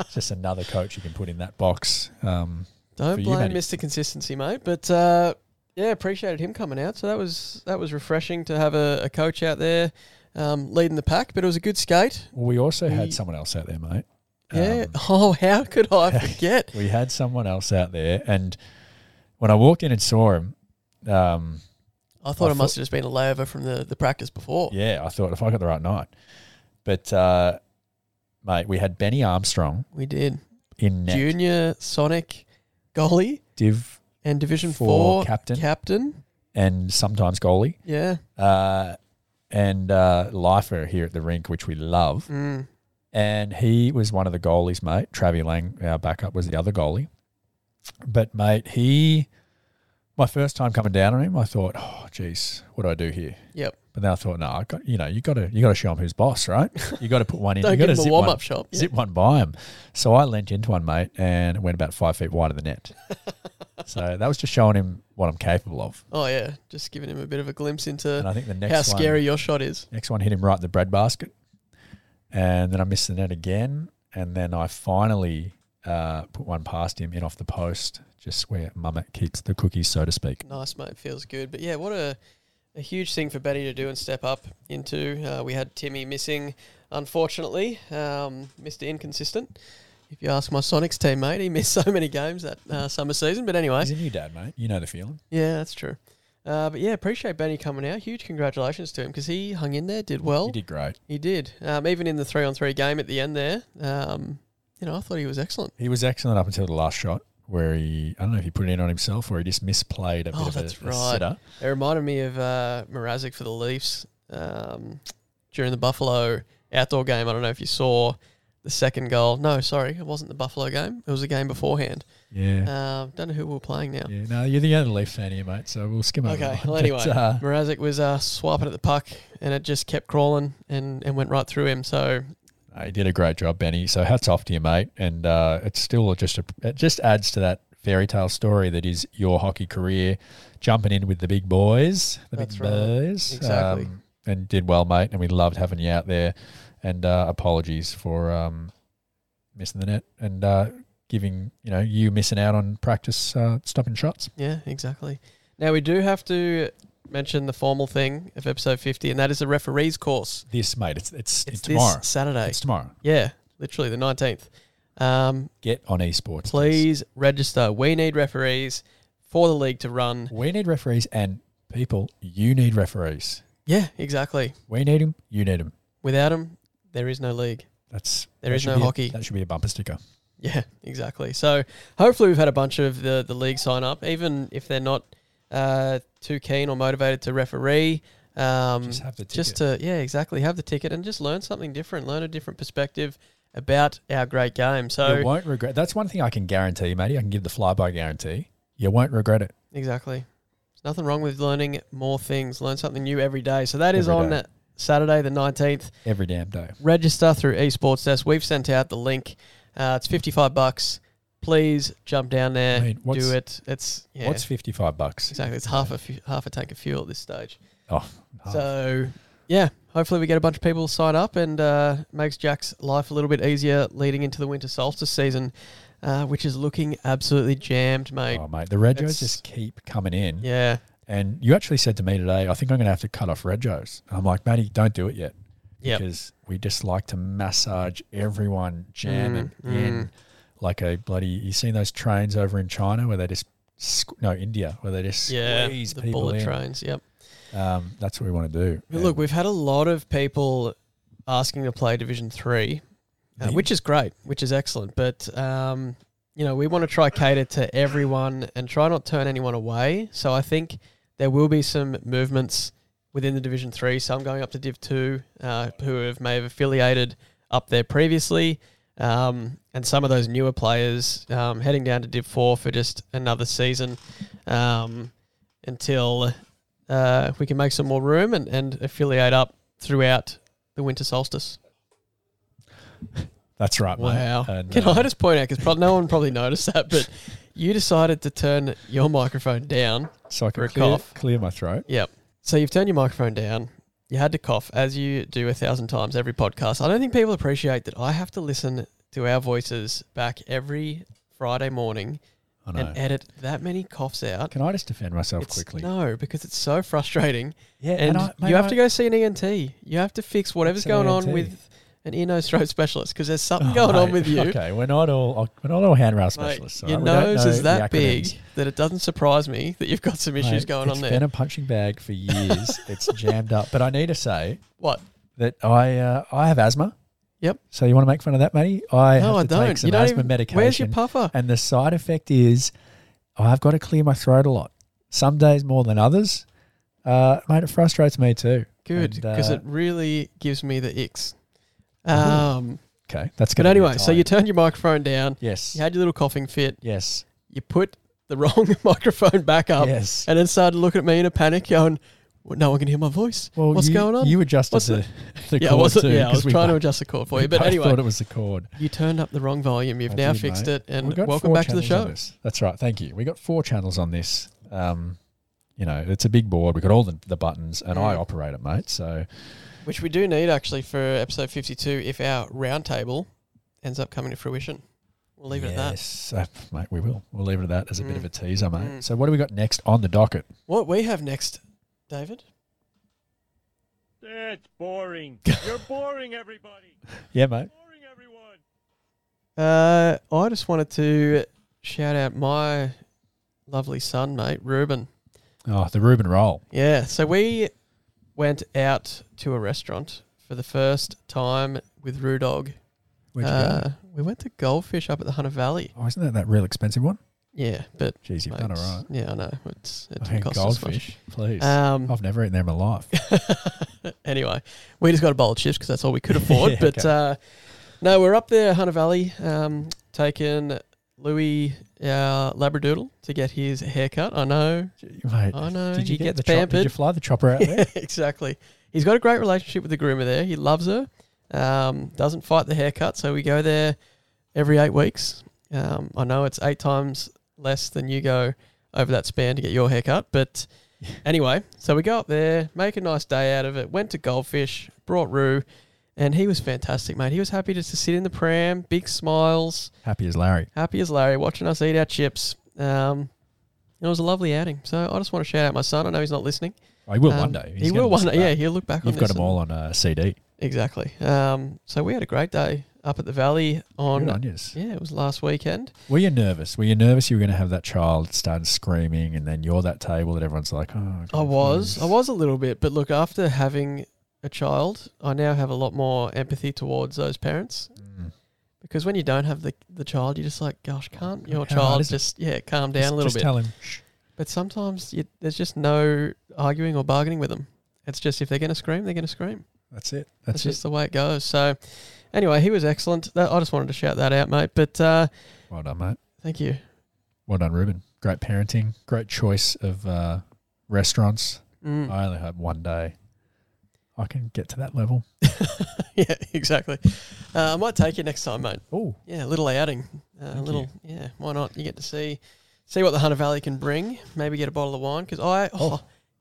Speaker 2: It's just another coach you can put in that box. Um, for
Speaker 1: Don't
Speaker 2: you,
Speaker 1: blame
Speaker 2: matey.
Speaker 1: Mr. Consistency, mate. But uh, yeah, appreciated him coming out. So that was that was refreshing to have a, a coach out there um, leading the pack. But it was a good skate.
Speaker 2: well, we also
Speaker 1: We-
Speaker 2: had someone else out there, mate.
Speaker 1: Yeah.
Speaker 2: Um,
Speaker 1: oh, how could I forget?
Speaker 2: we had someone else out there, and when I walked in and saw him, um,
Speaker 1: I thought
Speaker 2: I
Speaker 1: it must
Speaker 2: thought-
Speaker 1: have just been a layover from the, the practice before.
Speaker 2: yeah, I thought if I got the right night, but uh, mate, we had Benny Armstrong
Speaker 1: We did.
Speaker 2: in net,
Speaker 1: Junior Sonic goalie
Speaker 2: div,
Speaker 1: and Division
Speaker 2: Four
Speaker 1: 4,
Speaker 2: captain.
Speaker 1: Captain.
Speaker 2: and sometimes goalie,
Speaker 1: Yeah.
Speaker 2: uh, and uh, lifer here at the rink, which we love.
Speaker 1: Mm.
Speaker 2: and he was one of the goalies, mate. Travi Lang, our backup, was the other goalie. But mate, he, my first time coming down on him, I thought, oh, geez, what do I do here?
Speaker 1: Yep.
Speaker 2: But then I thought, no, I got you know, you got to you got to show him who's boss, right? You got to put one in.
Speaker 1: Don't
Speaker 2: you got
Speaker 1: give
Speaker 2: to
Speaker 1: him a warm up shop.
Speaker 2: zip one by him. So I leant into one, mate, and it went about five feet wide of the net. so that was just showing him what I'm capable of.
Speaker 1: Oh, yeah. Just giving him a bit of a glimpse
Speaker 2: And
Speaker 1: into
Speaker 2: I think the next
Speaker 1: how
Speaker 2: one,
Speaker 1: scary your shot is.
Speaker 2: Next one hit him right in the bread basket. And then I missed the net again. And then I finally uh, put one past him in off the post, just where Mama keeps the cookies, so to speak.
Speaker 1: Nice, mate. Feels good. But yeah, what a, a huge thing for Betty to do and step up into. Uh, we had Timmy missing, unfortunately. Um, Mr. Inconsistent. If you ask my Sonics teammate, he missed so many games that uh, summer season. But anyway,
Speaker 2: He's a new dad, mate. You know the feeling.
Speaker 1: Yeah, that's true. Uh, but yeah, appreciate Benny coming out. Huge congratulations to him because he hung in there, did well.
Speaker 2: He did great.
Speaker 1: He did. Um, even in the three on three game at the end there, um, you know, I thought he was excellent.
Speaker 2: He was excellent up until the last shot, where he, I don't know if he put it in on himself or he just misplayed a bit
Speaker 1: Oh,
Speaker 2: of a,
Speaker 1: that's
Speaker 2: a
Speaker 1: right.
Speaker 2: sitter.
Speaker 1: It reminded me of uh, Mrazek for the Leafs um, during the Buffalo outdoor game. I don't know if you saw the second goal. No, sorry, it wasn't the Buffalo game. It was a game beforehand.
Speaker 2: Yeah.
Speaker 1: Um, don't know who we we're playing now.
Speaker 2: yeah. No, you're the only Leaf fan here, mate, so we'll skim over
Speaker 1: Okay.
Speaker 2: that
Speaker 1: Well,
Speaker 2: one.
Speaker 1: anyway,
Speaker 2: But, uh,
Speaker 1: Mrazek was uh, swiping at the puck, and it just kept crawling and, and went right through him. So
Speaker 2: Uh, He did a great job, Benny. So hats off to you, mate. And uh, it's still just a, it just adds to that fairy tale story that is your hockey career, jumping in with the big boys, the
Speaker 1: That's
Speaker 2: big
Speaker 1: right.
Speaker 2: boys,
Speaker 1: Exactly.
Speaker 2: um, and did well, mate. And we loved having you out there. And uh, apologies for um, missing the net and uh, giving you know you missing out on practice uh, stopping shots.
Speaker 1: Yeah, exactly. Now we do have to mention the formal thing of episode fifty, and that is the referees course.
Speaker 2: This, mate, it's
Speaker 1: It's,
Speaker 2: it's, it's
Speaker 1: this
Speaker 2: tomorrow.
Speaker 1: Saturday.
Speaker 2: It's tomorrow.
Speaker 1: yeah, literally the nineteenth. Um,
Speaker 2: Get on esports,
Speaker 1: please register. We need referees for the league to run.
Speaker 2: We need referees and people. You need referees.
Speaker 1: Yeah, exactly.
Speaker 2: We need him. You need him.
Speaker 1: Without them, there is no league.
Speaker 2: That's
Speaker 1: There
Speaker 2: that
Speaker 1: is
Speaker 2: should
Speaker 1: no
Speaker 2: be a-
Speaker 1: hockey.
Speaker 2: that should be a bumper sticker.
Speaker 1: Yeah, exactly. So hopefully we've had a bunch of the the league sign up, even if they're not uh, too keen or motivated to referee. Um,
Speaker 2: Just have the
Speaker 1: just to yeah, exactly. Have the ticket and just learn something different, learn a different perspective about our great game. So
Speaker 2: you won't regret. That's one thing I can guarantee, matey. I can give the flyby guarantee. You won't regret it.
Speaker 1: exactly, there's nothing wrong with learning more things. Learn something new every day. So that is
Speaker 2: Every
Speaker 1: on
Speaker 2: day.
Speaker 1: Saturday the nineteenth.
Speaker 2: Every damn day.
Speaker 1: register through esports desk we've sent out the link uh, it's 55 bucks please jump down there
Speaker 2: Mate, what's-
Speaker 1: do it it's yeah
Speaker 2: What's fifty-five bucks?
Speaker 1: exactly it's half a fu- half a tank of fuel at this stage
Speaker 2: Oh, half.
Speaker 1: so yeah Hopefully, we get a bunch of people to sign up and uh, makes Jack's life a little bit easier leading into the winter solstice season, uh, which is looking absolutely jammed, mate.
Speaker 2: Oh, mate, the Regos
Speaker 1: It's-
Speaker 2: just keep coming in.
Speaker 1: Yeah.
Speaker 2: And you actually said to me today, I think I'm going to have to cut off Regos. And I'm like, Matty, don't do it yet.
Speaker 1: Yep.
Speaker 2: Because we just like to massage everyone, jam them
Speaker 1: Mm,
Speaker 2: in like a bloody. you seen those trains over in China where they just, squ- no, India, where they just
Speaker 1: Yeah.
Speaker 2: squeeze
Speaker 1: The
Speaker 2: people
Speaker 1: bullet
Speaker 2: in.
Speaker 1: trains. Yep.
Speaker 2: Um, that's what we want to do.
Speaker 1: But Look, we've had a lot of people asking to play Division Three, uh,
Speaker 2: Yeah.
Speaker 1: which is great, which is excellent. But um, you know, we want to try cater to everyone and try not turn anyone away. So I think there will be some movements within the Division Three. Some going up to Div Two, uh, who have may have affiliated up there previously, um, and some of those newer players um, heading down to Div Four for just another season um, until uh, we can make some more room and, and affiliate up throughout the winter solstice.
Speaker 2: That's right, mate.
Speaker 1: Wow.
Speaker 2: And,
Speaker 1: can
Speaker 2: uh,
Speaker 1: I just point out, because no one probably noticed that, but you decided to turn your microphone down.
Speaker 2: so I
Speaker 1: for
Speaker 2: can
Speaker 1: a
Speaker 2: clear,
Speaker 1: cough?
Speaker 2: clear my throat.
Speaker 1: Yep. So you've turned your microphone down. You had to cough, as you do a thousand times every podcast. I don't think people appreciate that I have to listen to our voices back every Friday morning
Speaker 2: I know.
Speaker 1: and edit that many coughs out.
Speaker 2: Can I just defend myself
Speaker 1: It's-
Speaker 2: quickly?
Speaker 1: No, because it's so frustrating.
Speaker 2: Yeah,
Speaker 1: and,
Speaker 2: I- mate,
Speaker 1: you have
Speaker 2: I-
Speaker 1: to go see an ENT. You have to fix whatever's
Speaker 2: It's an
Speaker 1: going on
Speaker 2: ENT.
Speaker 1: with an ear, nose, throat specialist because there's something
Speaker 2: Oh,
Speaker 1: going on
Speaker 2: mate,
Speaker 1: with you.
Speaker 2: Okay, we're not all uh, we're not all handrail
Speaker 1: Mate,
Speaker 2: specialists. all
Speaker 1: your
Speaker 2: right? We don't
Speaker 1: nose
Speaker 2: know
Speaker 1: is
Speaker 2: the
Speaker 1: that big
Speaker 2: acronyms.
Speaker 1: that it doesn't surprise me that you've got some issues
Speaker 2: Mate,
Speaker 1: going on there.
Speaker 2: It's been a punching bag for years. it's jammed up. But I need to say
Speaker 1: what?
Speaker 2: that I uh, I have asthma.
Speaker 1: Yep.
Speaker 2: So you want to make fun of that, matey? I
Speaker 1: No, I
Speaker 2: have to
Speaker 1: don't.
Speaker 2: take some
Speaker 1: You don't
Speaker 2: asthma
Speaker 1: even-
Speaker 2: medication.
Speaker 1: where's your puffer?
Speaker 2: And the side effect is I've got to clear my throat a lot. Some days more than others. Uh, mate, it frustrates me too.
Speaker 1: Good,
Speaker 2: And, uh,
Speaker 1: because it really gives me the icks. Um,
Speaker 2: okay. That's good.
Speaker 1: but anyway, so you turned your microphone down.
Speaker 2: yes,
Speaker 1: You had your little coughing fit.
Speaker 2: yes,
Speaker 1: You put the wrong microphone back up,
Speaker 2: yes.
Speaker 1: and then started looking at me in a panic, going, "Well, "No one can hear my voice.
Speaker 2: Well,
Speaker 1: What's
Speaker 2: you-
Speaker 1: going on?"
Speaker 2: You adjusted
Speaker 1: What's
Speaker 2: the, the
Speaker 1: yeah, I
Speaker 2: cord
Speaker 1: wasn't.
Speaker 2: too.
Speaker 1: Yeah, I
Speaker 2: 'cause
Speaker 1: was
Speaker 2: we
Speaker 1: trying to
Speaker 2: both-
Speaker 1: adjust the cord for
Speaker 2: we
Speaker 1: you. But
Speaker 2: both
Speaker 1: anyway,
Speaker 2: thought it was the cord.
Speaker 1: you turned up the wrong volume. You've
Speaker 2: I
Speaker 1: now
Speaker 2: did,
Speaker 1: fixed
Speaker 2: mate.
Speaker 1: it, and
Speaker 2: We've got
Speaker 1: welcome
Speaker 2: four
Speaker 1: back to the
Speaker 2: channels on
Speaker 1: show.
Speaker 2: this. That's right. Thank you. We got four channels on this. Um, you know, it's a big board. We got all the, the buttons, and I
Speaker 1: Mm.
Speaker 2: operate it, mate. So
Speaker 1: Which we do need actually for episode 52 if our roundtable ends up coming to fruition. We'll leave it at that.
Speaker 2: yes, uh, mate. We will. We'll leave it at that as a bit
Speaker 1: Mm.
Speaker 2: of a teaser, mate.
Speaker 1: Mm.
Speaker 2: So what do we got next on the docket?
Speaker 1: What we have next, David?
Speaker 3: That's boring. You're boring, everybody.
Speaker 2: Yeah, mate.
Speaker 3: Boring, everyone.
Speaker 1: Uh, I just wanted to shout out my lovely son, mate, Ruben.
Speaker 2: Oh, the Reuben roll.
Speaker 1: Yeah, so we went out to a restaurant for the first time with Roo Dog.
Speaker 2: Where'd you
Speaker 1: Uh, we went to Goldfish up at the Hunter Valley.
Speaker 2: go? Oh, isn't that that real expensive one?
Speaker 1: Yeah, but
Speaker 2: Jeez, you've done all
Speaker 1: mate,
Speaker 2: right.
Speaker 1: Yeah, I know. It's it
Speaker 2: I
Speaker 1: didn't
Speaker 2: think
Speaker 1: cost us much.
Speaker 2: goldfish, please.
Speaker 1: Um,
Speaker 2: I've never eaten there in my life.
Speaker 1: anyway, we just got a bowl of chips because that's all we could afford.
Speaker 2: Yeah,
Speaker 1: but
Speaker 2: okay.
Speaker 1: uh, no, we're up there, Hunter Valley, um, taking Louis, our Labradoodle, to get his haircut. I know,
Speaker 2: Mate,
Speaker 1: I know,
Speaker 2: Did you
Speaker 1: he
Speaker 2: get
Speaker 1: gets
Speaker 2: the chop- Did you
Speaker 1: pampered.
Speaker 2: fly the chopper out there?
Speaker 1: exactly. He's got a great relationship with the groomer there. He loves her. Um, doesn't fight the haircut, so we go there every eight weeks. Um, I know it's eight times less than you go over that span to get your haircut, but anyway, so we go up there, make a nice day out of it. Went to Goldfish, brought Rue, and he was fantastic, mate. He was happy just to sit in the pram, big smiles,
Speaker 2: Happy as Larry.
Speaker 1: happy as Larry, watching us eat our chips. Um, it was a lovely outing. So I just want to shout out my son. I know he's not listening.
Speaker 2: I Oh, will one
Speaker 1: Um,
Speaker 2: day.
Speaker 1: He
Speaker 2: He's gonna
Speaker 1: will one
Speaker 2: listen
Speaker 1: day.
Speaker 2: to that.
Speaker 1: Yeah, he'll look back on
Speaker 2: You've got
Speaker 1: this
Speaker 2: them
Speaker 1: and-
Speaker 2: all on uh, a CD.
Speaker 1: Exactly. Um, so we had a great day up at the valley on.
Speaker 2: Good on yous.
Speaker 1: Yeah, it was last weekend.
Speaker 2: Were you nervous? Were you nervous you were going to have that child start screaming and then you're that table that everyone's like, oh.
Speaker 1: I
Speaker 2: God,
Speaker 1: was.
Speaker 2: please."
Speaker 1: I was a little bit, but look, after having a child, I now have a lot more empathy towards those parents.
Speaker 2: Mm.
Speaker 1: Because when you don't have the the child, you're just like, gosh, can't your
Speaker 2: How hard
Speaker 1: child
Speaker 2: is it?
Speaker 1: just yeah calm down
Speaker 2: Just-
Speaker 1: a little
Speaker 2: just
Speaker 1: bit?
Speaker 2: tell him, "Shh."
Speaker 1: But sometimes you, there's just no arguing or bargaining with them. It's just if they're going to scream, they're going to scream.
Speaker 2: That's it.
Speaker 1: That's
Speaker 2: That's, it.
Speaker 1: just the way it goes. So, anyway, he was excellent. That, I just wanted to shout that out, mate. But uh,
Speaker 2: Well done, mate.
Speaker 1: thank you.
Speaker 2: Well done, Ruben. Great parenting. Great choice of uh, restaurants.
Speaker 1: Mm.
Speaker 2: I only hope one day I can get to that level.
Speaker 1: yeah, exactly. Uh, I might take you next time, mate.
Speaker 2: Oh,
Speaker 1: Yeah, a little outing, uh, a
Speaker 2: Thank
Speaker 1: little. Yeah, why not? You get to see see what the Hunter Valley can bring. Maybe get a bottle of wine because I. Oh,
Speaker 2: Oh.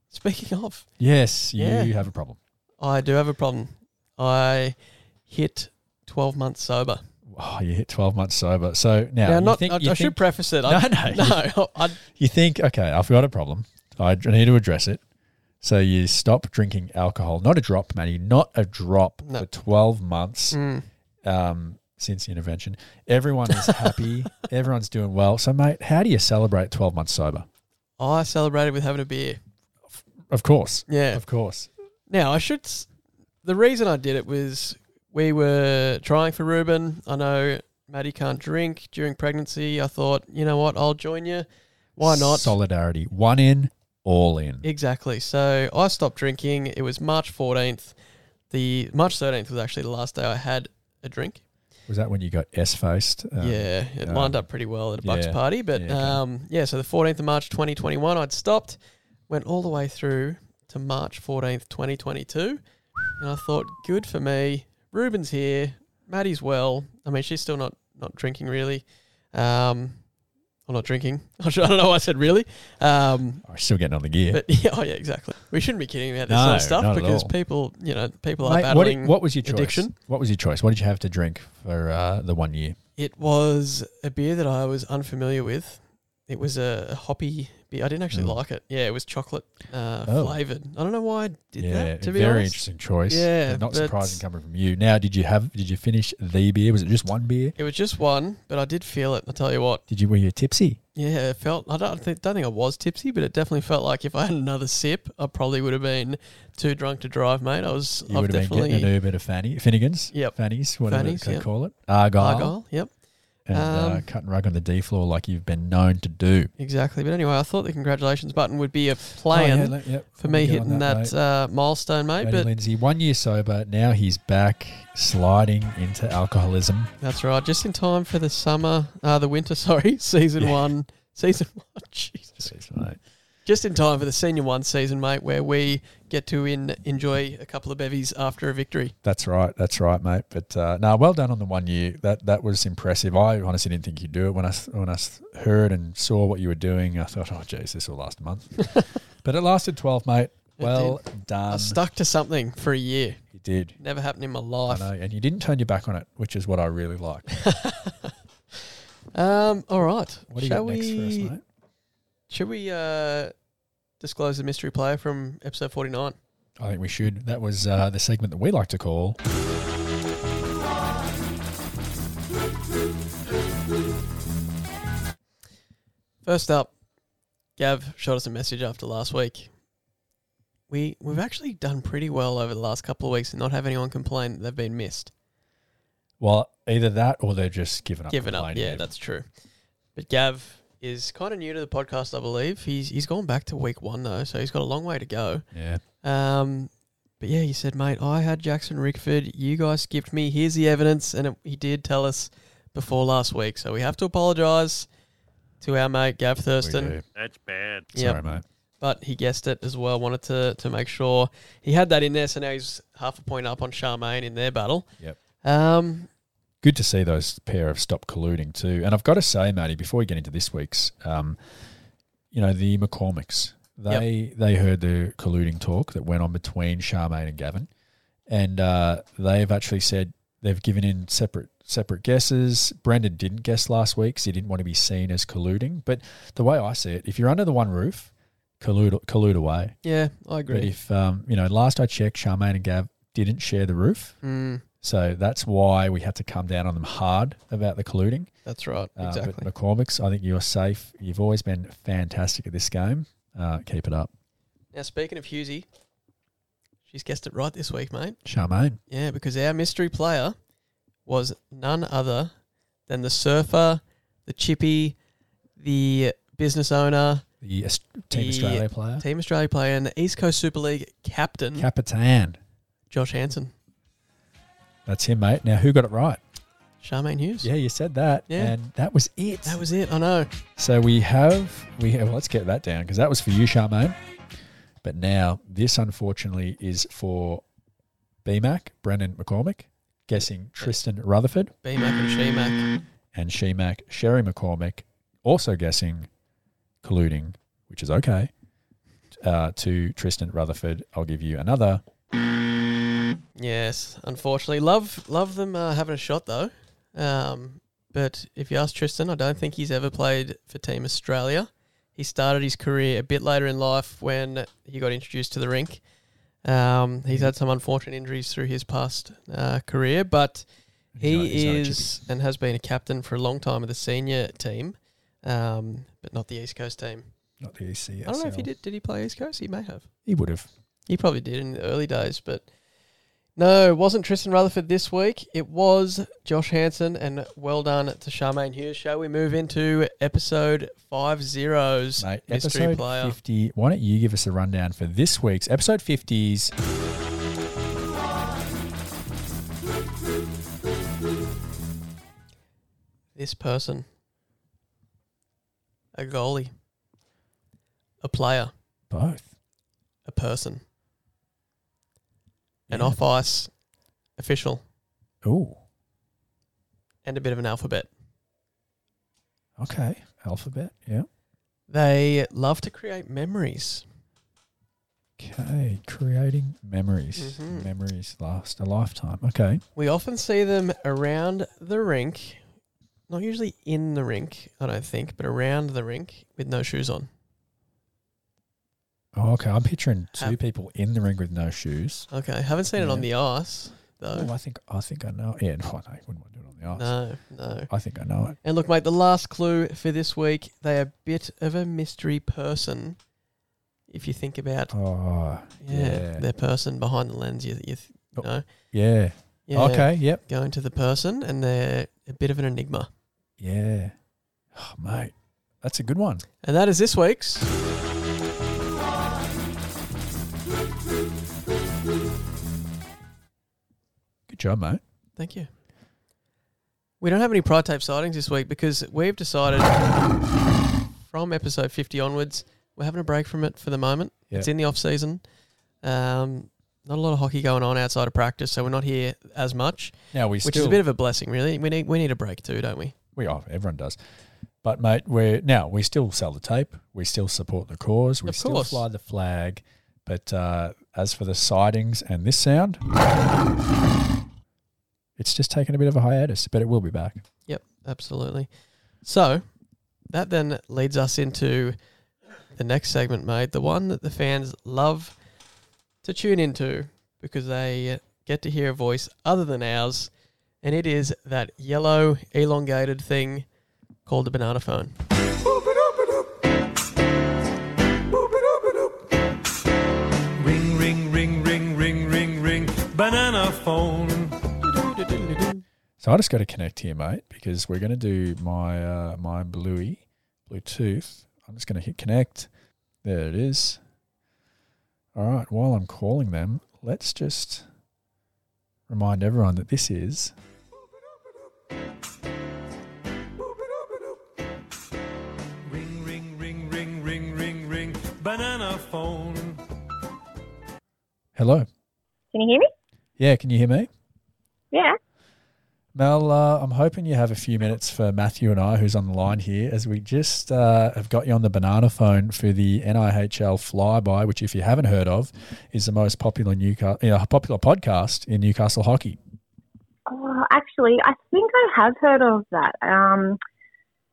Speaker 1: speaking of,
Speaker 2: yes. You
Speaker 1: Yeah.
Speaker 2: have a problem.
Speaker 1: I do have a problem. I hit 12 months sober.
Speaker 2: Oh, you hit 12 months sober. So now,
Speaker 1: now,
Speaker 2: you,
Speaker 1: not,
Speaker 2: think,
Speaker 1: I,
Speaker 2: you,
Speaker 1: I
Speaker 2: think,
Speaker 1: should preface it.
Speaker 2: No, no,
Speaker 1: I,
Speaker 2: you-
Speaker 1: no. I,
Speaker 2: you think, okay, I've got a problem. I d- need to address it. So you stop drinking alcohol. Not a drop, Matty. Not a drop
Speaker 1: No.
Speaker 2: for 12 months
Speaker 1: mm,
Speaker 2: um, since the intervention. Everyone is happy. Everyone's doing well. So, mate, how do you celebrate 12 months sober?
Speaker 1: I celebrated with having a beer.
Speaker 2: Of course.
Speaker 1: Yeah.
Speaker 2: Of course.
Speaker 1: Now, I should. s- The reason I did it was we were trying for Ruben. I know Maddie can't drink during pregnancy. I thought, you know what, I'll join you. Why not?
Speaker 2: Solidarity. One in, all in.
Speaker 1: Exactly. So I stopped drinking. It was March 14th. The March 13th was actually the last day I had a drink.
Speaker 2: Was that when you got S faced?
Speaker 1: yeah, it
Speaker 2: um,
Speaker 1: lined up pretty well at a Bucks
Speaker 2: yeah,
Speaker 1: party. But
Speaker 2: yeah, okay.
Speaker 1: um, yeah, so the 14th of March 2021, I'd stopped, went all the way through to March 14th, 2022. And I thought, good for me. Ruben's here. Maddie's well. I mean, she's still not, not drinking really. Um, or not drinking. I don't know why I said really. Um,
Speaker 2: I'm oh, still getting on the gear.
Speaker 1: but yeah, oh yeah, exactly. We shouldn't be kidding about this
Speaker 2: No,
Speaker 1: sort of stuff
Speaker 2: not at
Speaker 1: because
Speaker 2: all.
Speaker 1: people, you know, people are
Speaker 2: Mate, what,
Speaker 1: battling.
Speaker 2: did- what was your choice?
Speaker 1: addiction.
Speaker 2: What was your choice? What did you have to drink for uh, the one year?
Speaker 1: It was a beer that I was unfamiliar with. It was a, a hoppy beer. I didn't actually
Speaker 2: Mm.
Speaker 1: like it. Yeah, it was chocolate uh,
Speaker 2: Oh.
Speaker 1: flavored. I don't know why I did that. To be
Speaker 2: very
Speaker 1: honest,
Speaker 2: interesting choice.
Speaker 1: Yeah,
Speaker 2: and not
Speaker 1: but-
Speaker 2: surprising coming from you. Now, did you have? Did you finish the beer? Was it just one beer?
Speaker 1: it was just one, but I did feel it. I tell you what.
Speaker 2: Did you? Were you tipsy?
Speaker 1: Yeah, it felt. I don't think, don't think I was tipsy, but it definitely felt like if I had another sip, I probably would have been too drunk to drive, mate. I was.
Speaker 2: You
Speaker 1: I've
Speaker 2: would have been
Speaker 1: definitely
Speaker 2: getting an Uber to Fanny Finnegan's.
Speaker 1: Yep.
Speaker 2: Fanny's, whatever
Speaker 1: Fanny's,
Speaker 2: they
Speaker 1: yep.
Speaker 2: call it. Argyle,
Speaker 1: Argyle. Yep.
Speaker 2: and uh,
Speaker 1: Um,
Speaker 2: cut and rug on the D floor like you've been known to do.
Speaker 1: Exactly. But anyway, I thought the congratulations button would be a plan
Speaker 2: Oh, yeah, let- yep.
Speaker 1: for
Speaker 2: Let
Speaker 1: me
Speaker 2: get on
Speaker 1: hitting that,
Speaker 2: mate.
Speaker 1: uh, milestone, mate.
Speaker 2: Matty
Speaker 1: but
Speaker 2: Lindsay, one year sober. Now he's back sliding into alcoholism.
Speaker 1: that's right. Just in time for the summer, uh, the winter, sorry, season
Speaker 2: Yeah.
Speaker 1: one. Season one. Jesus.
Speaker 2: Jeez, mate.
Speaker 1: Just in time for the senior one season, mate, where we get to in, enjoy a couple of bevies after a victory.
Speaker 2: That's right. That's right, mate. But uh, no, well done on the one year. That that was impressive. I honestly didn't think you'd do it when I s- when I s- heard and saw what you were doing. I thought, oh, geez, this will last a month. but it lasted twelve, mate.
Speaker 1: It
Speaker 2: Well done.
Speaker 1: I stuck to something for a year.
Speaker 2: You did.
Speaker 1: Never happened in my
Speaker 2: Um, I
Speaker 1: life.
Speaker 2: know, and you didn't turn your back on it, which is what I really like.
Speaker 1: Um, all right.
Speaker 2: What do you
Speaker 1: Shall
Speaker 2: got next for us,
Speaker 1: we-
Speaker 2: mate?
Speaker 1: Should we uh, disclose the mystery player from episode 49?
Speaker 2: I think we should. That was uh, the segment that we like to call.
Speaker 1: First up, Gav shot us a message after last week. We we've actually done pretty well over the last couple of weeks and not have anyone complain that they've been missed.
Speaker 2: Well, either that or they're just giving up.
Speaker 1: Given up,
Speaker 2: complaining.
Speaker 1: yeah, that's true. But Gav is kind of new to the podcast, I believe. He's he's gone back to week one though, so he's got a long way to go.
Speaker 2: yeah.
Speaker 1: Um, but yeah, he said, mate, I had Jackson Rickford. You guys skipped me. Here's the evidence, and it, he did tell us before last week, so we have to apologise to our mate Gav
Speaker 2: We
Speaker 1: Thurston.
Speaker 2: do.
Speaker 3: That's bad.
Speaker 1: Yep.
Speaker 2: Sorry, mate.
Speaker 1: but he guessed it as well. Wanted to to make sure he had that in there, so now he's half a point up on Charmaine in their battle.
Speaker 2: Yep.
Speaker 1: Um,
Speaker 2: good to see those pair of stop colluding too. And I've got to say, Matty, before we get into this week's, um, you know, the McCormicks, they they heard the colluding talk that went on between Charmaine and Gavin, and uh, they've actually said they've given in separate separate guesses. Brendan didn't guess last week 'cause he didn't want to be seen as colluding. But the way I see it, if you're under the one roof, collude collude away.
Speaker 1: yeah, I
Speaker 2: But
Speaker 1: agree.
Speaker 2: if um, you know, last I checked, Charmaine and Gav didn't share the roof.
Speaker 1: Mm,
Speaker 2: So that's why we had to come down on them hard about the colluding.
Speaker 1: that's right,
Speaker 2: Uh,
Speaker 1: exactly.
Speaker 2: But McCormick's, I think you're safe. You've always been fantastic at this game. Uh, keep it up.
Speaker 1: now speaking of Husey, she's guessed it right this week, mate.
Speaker 2: Charmaine.
Speaker 1: Yeah, because our mystery player was none other than the surfer, the chippy, the business owner,
Speaker 2: The Aus- Team
Speaker 1: The
Speaker 2: Australia player.
Speaker 1: Team Australia player, and the East Coast Super League captain,
Speaker 2: Capitan.
Speaker 1: Josh Hansen,
Speaker 2: That's him, mate. Now, who got it right?
Speaker 1: Charmaine Hughes.
Speaker 2: Yeah, you said that.
Speaker 1: Yeah.
Speaker 2: And that was it.
Speaker 1: That was it. I know.
Speaker 2: so we have, we have, let's get that down because that was for you, Charmaine. But now this, unfortunately, is for BMAC, Brendan McCormick, guessing Tristan Rutherford.
Speaker 1: B Mac and She Mac.
Speaker 2: and Shemac, Sherry McCormick, also guessing colluding, which is okay, uh, to Tristan Rutherford. I'll give you another
Speaker 1: Yes, unfortunately, love love them uh, having a shot though. Um, but if you ask Tristan, I don't think he's ever played for Team Australia. He started his career a bit later in life when he got introduced to the rink. Um, he's had some unfortunate injuries through his past uh, career, but he
Speaker 2: not- he's not a
Speaker 1: is and has been a captain for a long time of the senior team, um, but not the East Coast team.
Speaker 2: Not the E ECS.
Speaker 1: I don't know if he did. Did he play East Coast? He may have.
Speaker 2: He would have.
Speaker 1: He probably did in the early days, but no, it wasn't Tristan Rutherford this week. It was Josh Hanson, and well done to Charmaine Hughes. Shall we move into episode five zeros
Speaker 2: Mate,
Speaker 1: mystery
Speaker 2: episode
Speaker 1: player?
Speaker 2: 50. Why don't you give us a rundown for this week's episode 50's
Speaker 1: This person, a goalie, a player,
Speaker 2: both?
Speaker 1: a person, an
Speaker 2: Yeah.
Speaker 1: off ice official,
Speaker 2: Ooh,
Speaker 1: and a bit of an alphabet.
Speaker 2: okay. Alphabet, yeah.
Speaker 1: They love to create memories.
Speaker 2: Okay, creating memories.
Speaker 1: Mhm.
Speaker 2: Memories last a lifetime. Okay.
Speaker 1: We often see them around the rink, not usually in the rink, I don't think, but around the rink with no shoes on.
Speaker 2: Oh, okay. I'm picturing two
Speaker 1: Have-
Speaker 2: people in the ring with no shoes.
Speaker 1: Okay, haven't seen it on the ice
Speaker 2: Oh,
Speaker 1: though.
Speaker 2: I think I think I know. Yeah, no, no, wouldn't want to do it on the ice.
Speaker 1: No, no.
Speaker 2: I think I know it.
Speaker 1: And look, mate, the last clue for this week, they are a bit of a mystery person. If you think about
Speaker 2: Oh,
Speaker 1: yeah,
Speaker 2: yeah.
Speaker 1: their person behind the lens, you, you, th-
Speaker 2: Oh.
Speaker 1: you know,
Speaker 2: yeah.
Speaker 1: yeah,
Speaker 2: Okay. Yep.
Speaker 1: going to the person, and they're a bit of an enigma.
Speaker 2: Yeah. Oh, mate, that's a good one.
Speaker 1: And that is this week's.
Speaker 2: Good job, mate.
Speaker 1: Thank you. We don't have any Pride Tape sightings this week because we've decided from episode 50 onwards, we're having a break from it for the moment.
Speaker 2: Yeah.
Speaker 1: It's in the off season. Um, not a lot of hockey going on outside of practice, so we're not here as much,
Speaker 2: Now we
Speaker 1: which
Speaker 2: still
Speaker 1: is a bit of a blessing, really. We need we need a break too, don't we?
Speaker 2: we are everyone does, but mate, we're now we still sell the tape. We still support the cause. We
Speaker 1: Of
Speaker 2: still
Speaker 1: course.
Speaker 2: fly the flag. But uh, as for the sightings and this sound, it's just taken a bit of a hiatus, but it will be back.
Speaker 1: Yep, absolutely. So that then leads us into the next segment, mate. The one that the fans love to tune into because they get to hear a voice other than ours, and it is that yellow elongated thing called the banana phone.
Speaker 4: Ring, ring, ring, ring, ring, ring, ring. Banana phone.
Speaker 2: So I just got to connect here, mate, because we're going to do my uh, my Bluey Bluetooth. I'm just going to hit connect. There it is. All right. While I'm calling them, let's just remind everyone that this is
Speaker 4: Ring, ring, ring, ring, ring, ring, ring. Banana phone.
Speaker 2: hello.
Speaker 5: Can you hear me?
Speaker 2: Yeah, can you hear me,
Speaker 5: Yeah.
Speaker 2: Mel? Uh, I'm hoping you have a few minutes for Matthew and I, who's on the line here, as we just uh, have got you on the banana phone for the NIHL Flyby, which, if you haven't heard of, is the most popular Newcastle uh, popular podcast in Newcastle hockey.
Speaker 5: Oh, actually, I think I have heard of that. Um,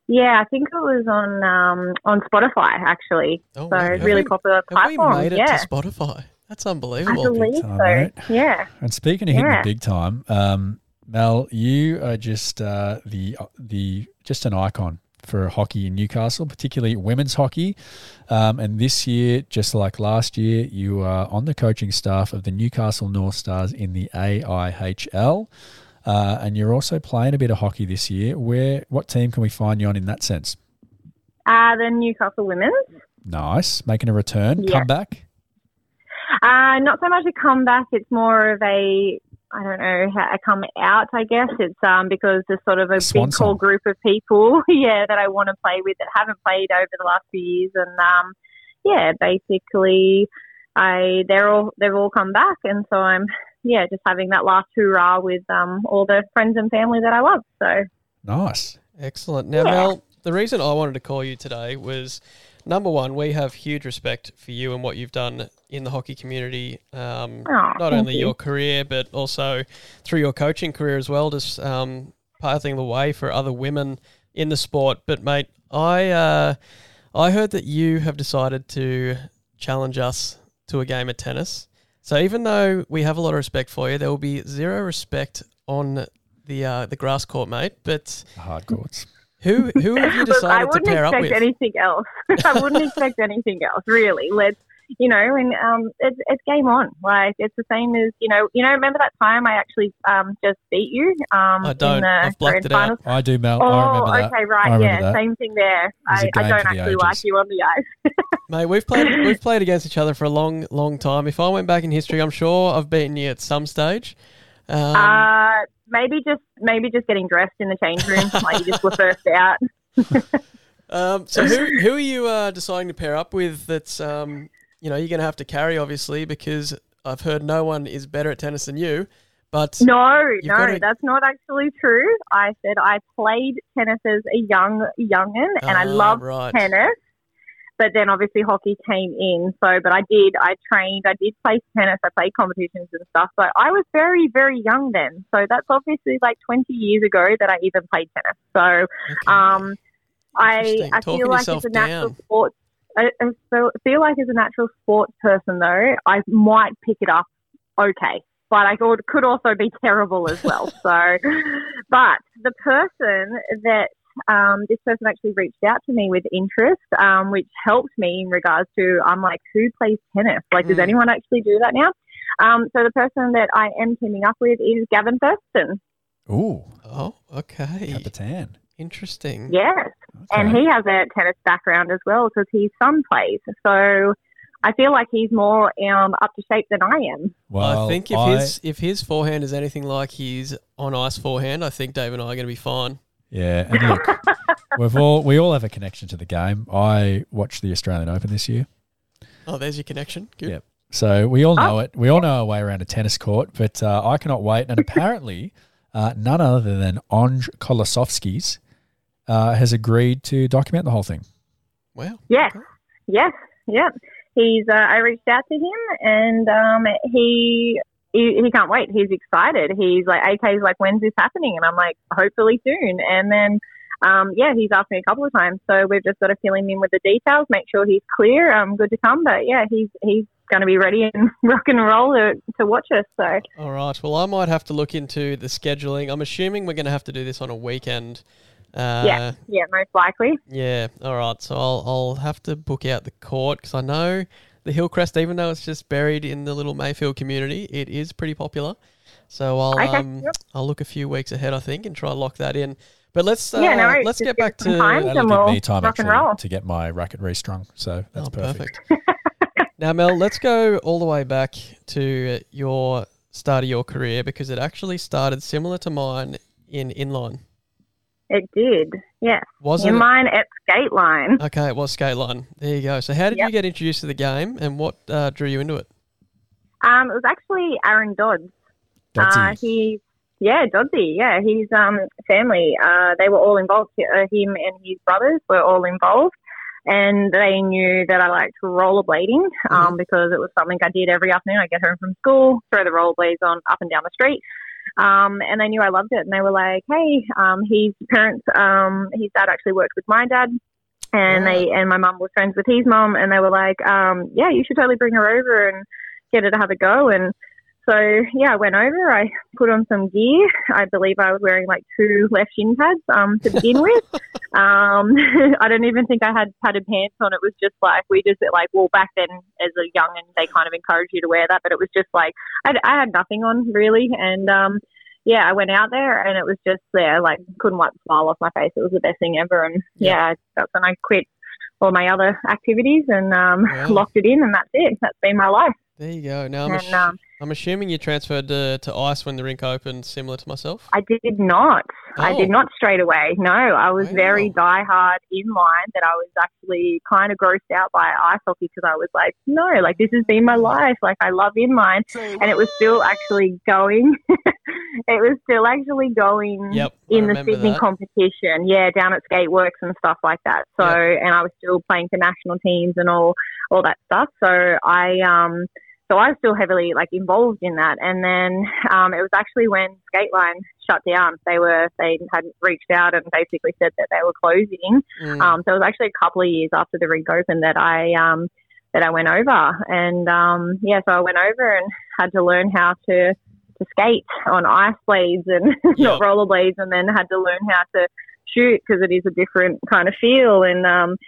Speaker 5: yeah, I think it was on um, on Spotify actually.
Speaker 1: Oh,
Speaker 5: so
Speaker 1: wow.
Speaker 5: it's
Speaker 1: Have
Speaker 5: really
Speaker 1: we-
Speaker 5: popular
Speaker 1: Have we
Speaker 5: platform.
Speaker 1: made it
Speaker 5: yeah,
Speaker 1: to Spotify? That's
Speaker 5: I
Speaker 1: unbelievable.
Speaker 5: believe
Speaker 2: time,
Speaker 5: so.
Speaker 2: right?
Speaker 5: Yeah.
Speaker 2: And speaking of hitting
Speaker 5: Yeah.
Speaker 2: the big time, um, Mel, you are just uh, the the just an icon for hockey in Newcastle, particularly women's hockey. Um, and this year, just like last year, you are on the coaching staff of the Newcastle North Stars in the AIHL. Uh, and you're also playing a bit of hockey this year. Where, what team can we find you on in that sense?
Speaker 5: Uh, the Newcastle Women's.
Speaker 2: Nice, making a return,
Speaker 5: Yeah.
Speaker 2: comeback.
Speaker 5: Uh, not so much a comeback. It's more of a I don't know how- a come out. I guess it's um, because there's sort of a
Speaker 2: Swan
Speaker 5: big core
Speaker 2: song.
Speaker 5: group of people, yeah, that I want to play with that haven't played over the last few years, and um, yeah, basically, I they're all they've all come back, and so I'm yeah just having that last hoorah with um, all the friends and family that I love. So
Speaker 2: Nice.
Speaker 1: Excellent. Now, Mel, the reason I wanted to call you today was number one, we have huge respect for you and what you've done in the hockey community. Um,
Speaker 5: Aw,
Speaker 1: not
Speaker 5: thank
Speaker 1: only
Speaker 5: you.
Speaker 1: your career, but also through your coaching career as well, just um, pathing the way for other women in the sport. But mate, I uh, I heard that you have decided to challenge us to a game of tennis. So even though we have a lot of respect for you, there will be zero respect on the uh, the grass court, mate. But
Speaker 2: Hard courts.
Speaker 1: who who have you
Speaker 5: Look, I
Speaker 1: decided to
Speaker 5: wouldn't
Speaker 1: pair up
Speaker 5: expect
Speaker 1: with?
Speaker 5: anything else. I wouldn't expect anything else, really. Let's, you know, and um, it's it's game on. Like it's the same as you know, you know. Remember that time I actually um just beat you um
Speaker 1: I don't.
Speaker 5: in the
Speaker 1: I've blocked
Speaker 5: grand
Speaker 1: it out.
Speaker 5: finals.
Speaker 2: I do, Mel.
Speaker 5: Oh,
Speaker 2: I remember that.
Speaker 5: okay,
Speaker 2: I
Speaker 5: right,
Speaker 2: remember
Speaker 5: yeah,
Speaker 2: that.
Speaker 5: same thing there.
Speaker 2: was a
Speaker 5: I, I
Speaker 2: game
Speaker 5: don't
Speaker 2: for the
Speaker 5: actually
Speaker 2: ages.
Speaker 5: like you on the ice.
Speaker 1: Mate, we've played we've played against each other for a long, long time. If I went back in history, I'm sure I've beaten you at some stage. Um,
Speaker 5: uh, maybe just maybe just getting dressed in the change room, like you just were first out.
Speaker 1: um, so who who are you uh, deciding to pair up with? That's um, you know you're going to have to carry obviously because I've heard no one is better at tennis than you. But
Speaker 5: No, no,
Speaker 1: gotta-
Speaker 5: that's not actually true. I said I played tennis as a young youngin, and I
Speaker 1: Ah,
Speaker 5: loved
Speaker 1: right.
Speaker 5: tennis. But then obviously hockey came in. So, but I did, I trained, I did play tennis, I played competitions and stuff. But I was very, very young then. So that's obviously like 20 years ago that I even played tennis. So,
Speaker 1: Okay.
Speaker 5: um, I,
Speaker 1: Interesting.
Speaker 5: I
Speaker 1: Talking
Speaker 5: feel like
Speaker 1: yourself
Speaker 5: it's a natural
Speaker 1: down.
Speaker 5: sport. I, I feel, feel like as a natural sports person, though, I might pick it up okay, but I could, could also be terrible as well. so, but the person that um, this person actually reached out to me with interest, um, which helped me in regards to I'm like, who plays tennis? Like, does
Speaker 1: Mm.
Speaker 5: anyone actually do that now? Um, so the person that I am teaming up with is Gavin Thurston.
Speaker 2: Ooh,
Speaker 1: oh, okay,
Speaker 2: Capitan.
Speaker 1: interesting.
Speaker 5: Yes.
Speaker 2: Okay.
Speaker 5: and he has a tennis background as well because his son plays. So I feel like he's more um, up to shape than I am.
Speaker 2: well,
Speaker 1: I think if
Speaker 2: I-
Speaker 1: his if his forehand is anything like his on ice forehand, I think Dave and I are going to be fine.
Speaker 2: Yeah, and look, we've all we all have a connection to the game. I watched the Australian Open this year,
Speaker 1: Oh, there's your connection. Good.
Speaker 2: Yep. so we all
Speaker 5: Oh.
Speaker 2: know it. We all know our way around a tennis court, but uh, I cannot wait. And apparently, uh, none other than Anj Kolosovskis uh, has agreed to document the whole thing.
Speaker 1: Wow.
Speaker 5: Yes, yes, yep. He's. Uh, I reached out to him, and um, he, he he can't wait. He's excited. He's like, AK's like, when's this happening? And I'm like, hopefully soon. And then. Um, yeah, he's asked me a couple of times, so we've just got to fill him in with the details, make sure he's clear, um, good to come. But yeah, he's he's going to be ready and rock and roll to, to watch us. So
Speaker 1: All right. Well, I might have to look into the scheduling. I'm assuming we're going to have to do this on a weekend. Uh,
Speaker 5: Yeah. yeah, most likely.
Speaker 1: Yeah. All right. So I'll I'll have to book out the court because I know the Hillcrest, even though it's just buried in the little Mayfield community, it is pretty popular. So I'll
Speaker 5: Okay,
Speaker 1: um,
Speaker 5: yep.
Speaker 1: I'll look a few weeks ahead, I think, and try and lock that in. But let's uh,
Speaker 5: Yeah, no worries.
Speaker 1: let's get
Speaker 5: Just give
Speaker 1: back
Speaker 5: us some
Speaker 1: to
Speaker 5: time.
Speaker 2: That'll
Speaker 5: Awesome,
Speaker 2: give
Speaker 5: well,
Speaker 2: me time
Speaker 5: rock and
Speaker 2: actually
Speaker 5: roll.
Speaker 2: to get my racket restrung, so that's
Speaker 1: Oh,
Speaker 2: perfect.
Speaker 1: perfect. now, Mel, let's go all the way back to your start of your career because it actually started similar to mine in inline.
Speaker 5: It did, yes.
Speaker 1: Was Uh,
Speaker 5: In
Speaker 1: it
Speaker 5: line at skate line.
Speaker 1: Okay, it was skate line. There you go. So, how did
Speaker 5: Yep.
Speaker 1: you get introduced to the game, and what uh, drew you into it?
Speaker 5: Um, it was actually Aaron Dodds.
Speaker 2: That's
Speaker 5: Uh,
Speaker 2: it.
Speaker 5: he, yeah, Dodsy. Yeah, his um, family. Uh, they were all involved. Uh, him and his brothers were all involved, and they knew that I liked rollerblading um, because it was something I did every afternoon. I get home from school, throw the rollerblades on up and down the street. Um, and they knew I loved it, and they were like, "Hey, um, his parents, um, his dad actually worked with my dad, and they and my mum was friends with his mum, and they were like, um, yeah, you should totally bring her over and get her to have a go." And so yeah, I went over. I put on some gear. I believe I was wearing like two left shin pads um, to begin with. Um, I don't even think I had padded pants on. It was just like we just like well back then as a young and they kind of encourage you to wear that, but it was just like I, I had nothing on really, and um, yeah, I went out there and it was just there like couldn't wipe the smile off my face. It was the best thing ever, and yeah, that's when I quit all my other activities and um,
Speaker 1: Wow.
Speaker 5: locked it in, and that's it. That's been my life.
Speaker 1: There you go. Now, I'm,
Speaker 5: And
Speaker 1: assu-
Speaker 5: um,
Speaker 1: I'm assuming you transferred to, to ice when the rink opened, similar to myself.
Speaker 5: I did not. I did
Speaker 1: Oh.
Speaker 5: not straight away. No, I was
Speaker 1: Wow.
Speaker 5: very diehard inline that I was actually kind of grossed out by ice hockey because I was like, no, like this has been my
Speaker 1: Mm.
Speaker 5: life. Like I love inline. And it was still actually going. it was still actually going
Speaker 1: Yep, I
Speaker 5: in the
Speaker 1: remember
Speaker 5: Sydney
Speaker 1: that.
Speaker 5: competition. Yeah, down at Skateworks and stuff like that. So, and I was still playing for national teams and all, all that stuff. So I, um, so I was still heavily like involved in that. And then um, it was actually when Skateline shut down. They were they had reached out and basically said that they were closing.
Speaker 1: Mm.
Speaker 5: Um, so it was actually a couple of years after the rink opened that I um, that I went over. And um, yeah, so I went over and had to learn how to to skate on ice blades and not
Speaker 1: Yep.
Speaker 5: roller blades, and then had to learn how to shoot because it is a different kind of feel. And um,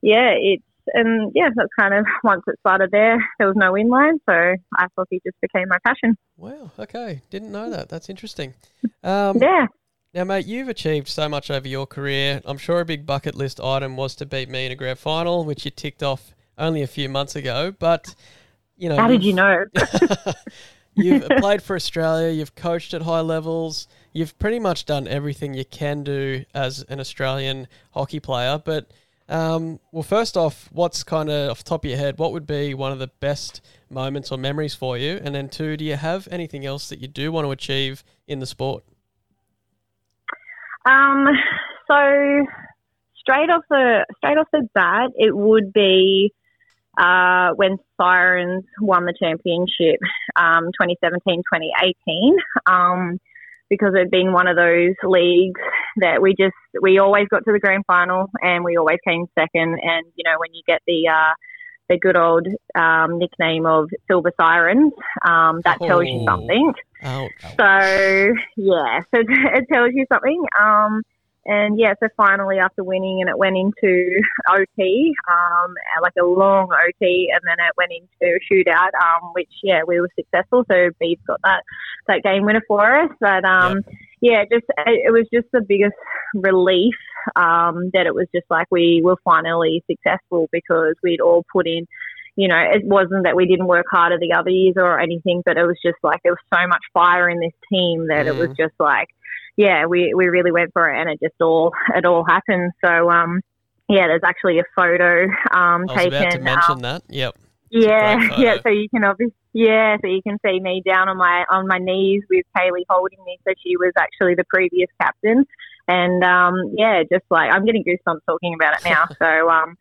Speaker 5: yeah, it's and yeah, that's kind of once it started there, there was no inline, so ice hockey just became my passion.
Speaker 1: wow. Okay. Didn't know that. That's interesting. Um,
Speaker 5: Yeah,
Speaker 1: Now, mate, you've achieved so much over your career. I'm sure a big bucket list item was to beat me in a grand final, which you ticked off only a few months ago. But you know,
Speaker 5: how did
Speaker 1: you've-
Speaker 5: you know?
Speaker 1: you've played for Australia, you've coached at high levels, you've pretty much done everything you can do as an Australian hockey player. But, um, well, first off, what's kind of off the top of your head, what would be one of the best moments or memories for you? And then, two, do you have anything else that you do want to achieve in the sport?
Speaker 5: Um, so straight off the straight off the bat, it would be uh, when Sirens won the championship, um, 2017-2018, um, because it'd been one of those leagues that we just we always got to the grand final and we always came second. And you know when you get the uh, the good old um, nickname of Silver Sirens, um, that tells you
Speaker 1: Oh.
Speaker 5: something.
Speaker 1: Ouch.
Speaker 5: So yeah, so it tells you something. Um, and yeah, so finally after winning, and it went into OT, um, like a long OT, and then it went into shootout, um, which yeah, we were successful. So Beeb's got that that game winner for us. But um, yeah, just it, it was just the biggest relief um, that it was just like we were finally successful because we'd all put in you know, it wasn't that we didn't work harder the other years or anything, but it was just like there was so much fire in this team that it was
Speaker 1: Mm.
Speaker 5: just like, yeah, we, we really went for it and it just all it all happened. So um yeah, there's actually a photo um
Speaker 1: I was
Speaker 5: taken
Speaker 1: about to
Speaker 5: um,
Speaker 1: mention that. Yep. a great
Speaker 5: yeah,
Speaker 1: photo.
Speaker 5: yeah. So you can obviously, yeah. So you can see me down on my on my knees with Kaylee holding me. So she was actually the previous captain, and um, yeah, just like I'm getting goosebumps talking about it now. so um,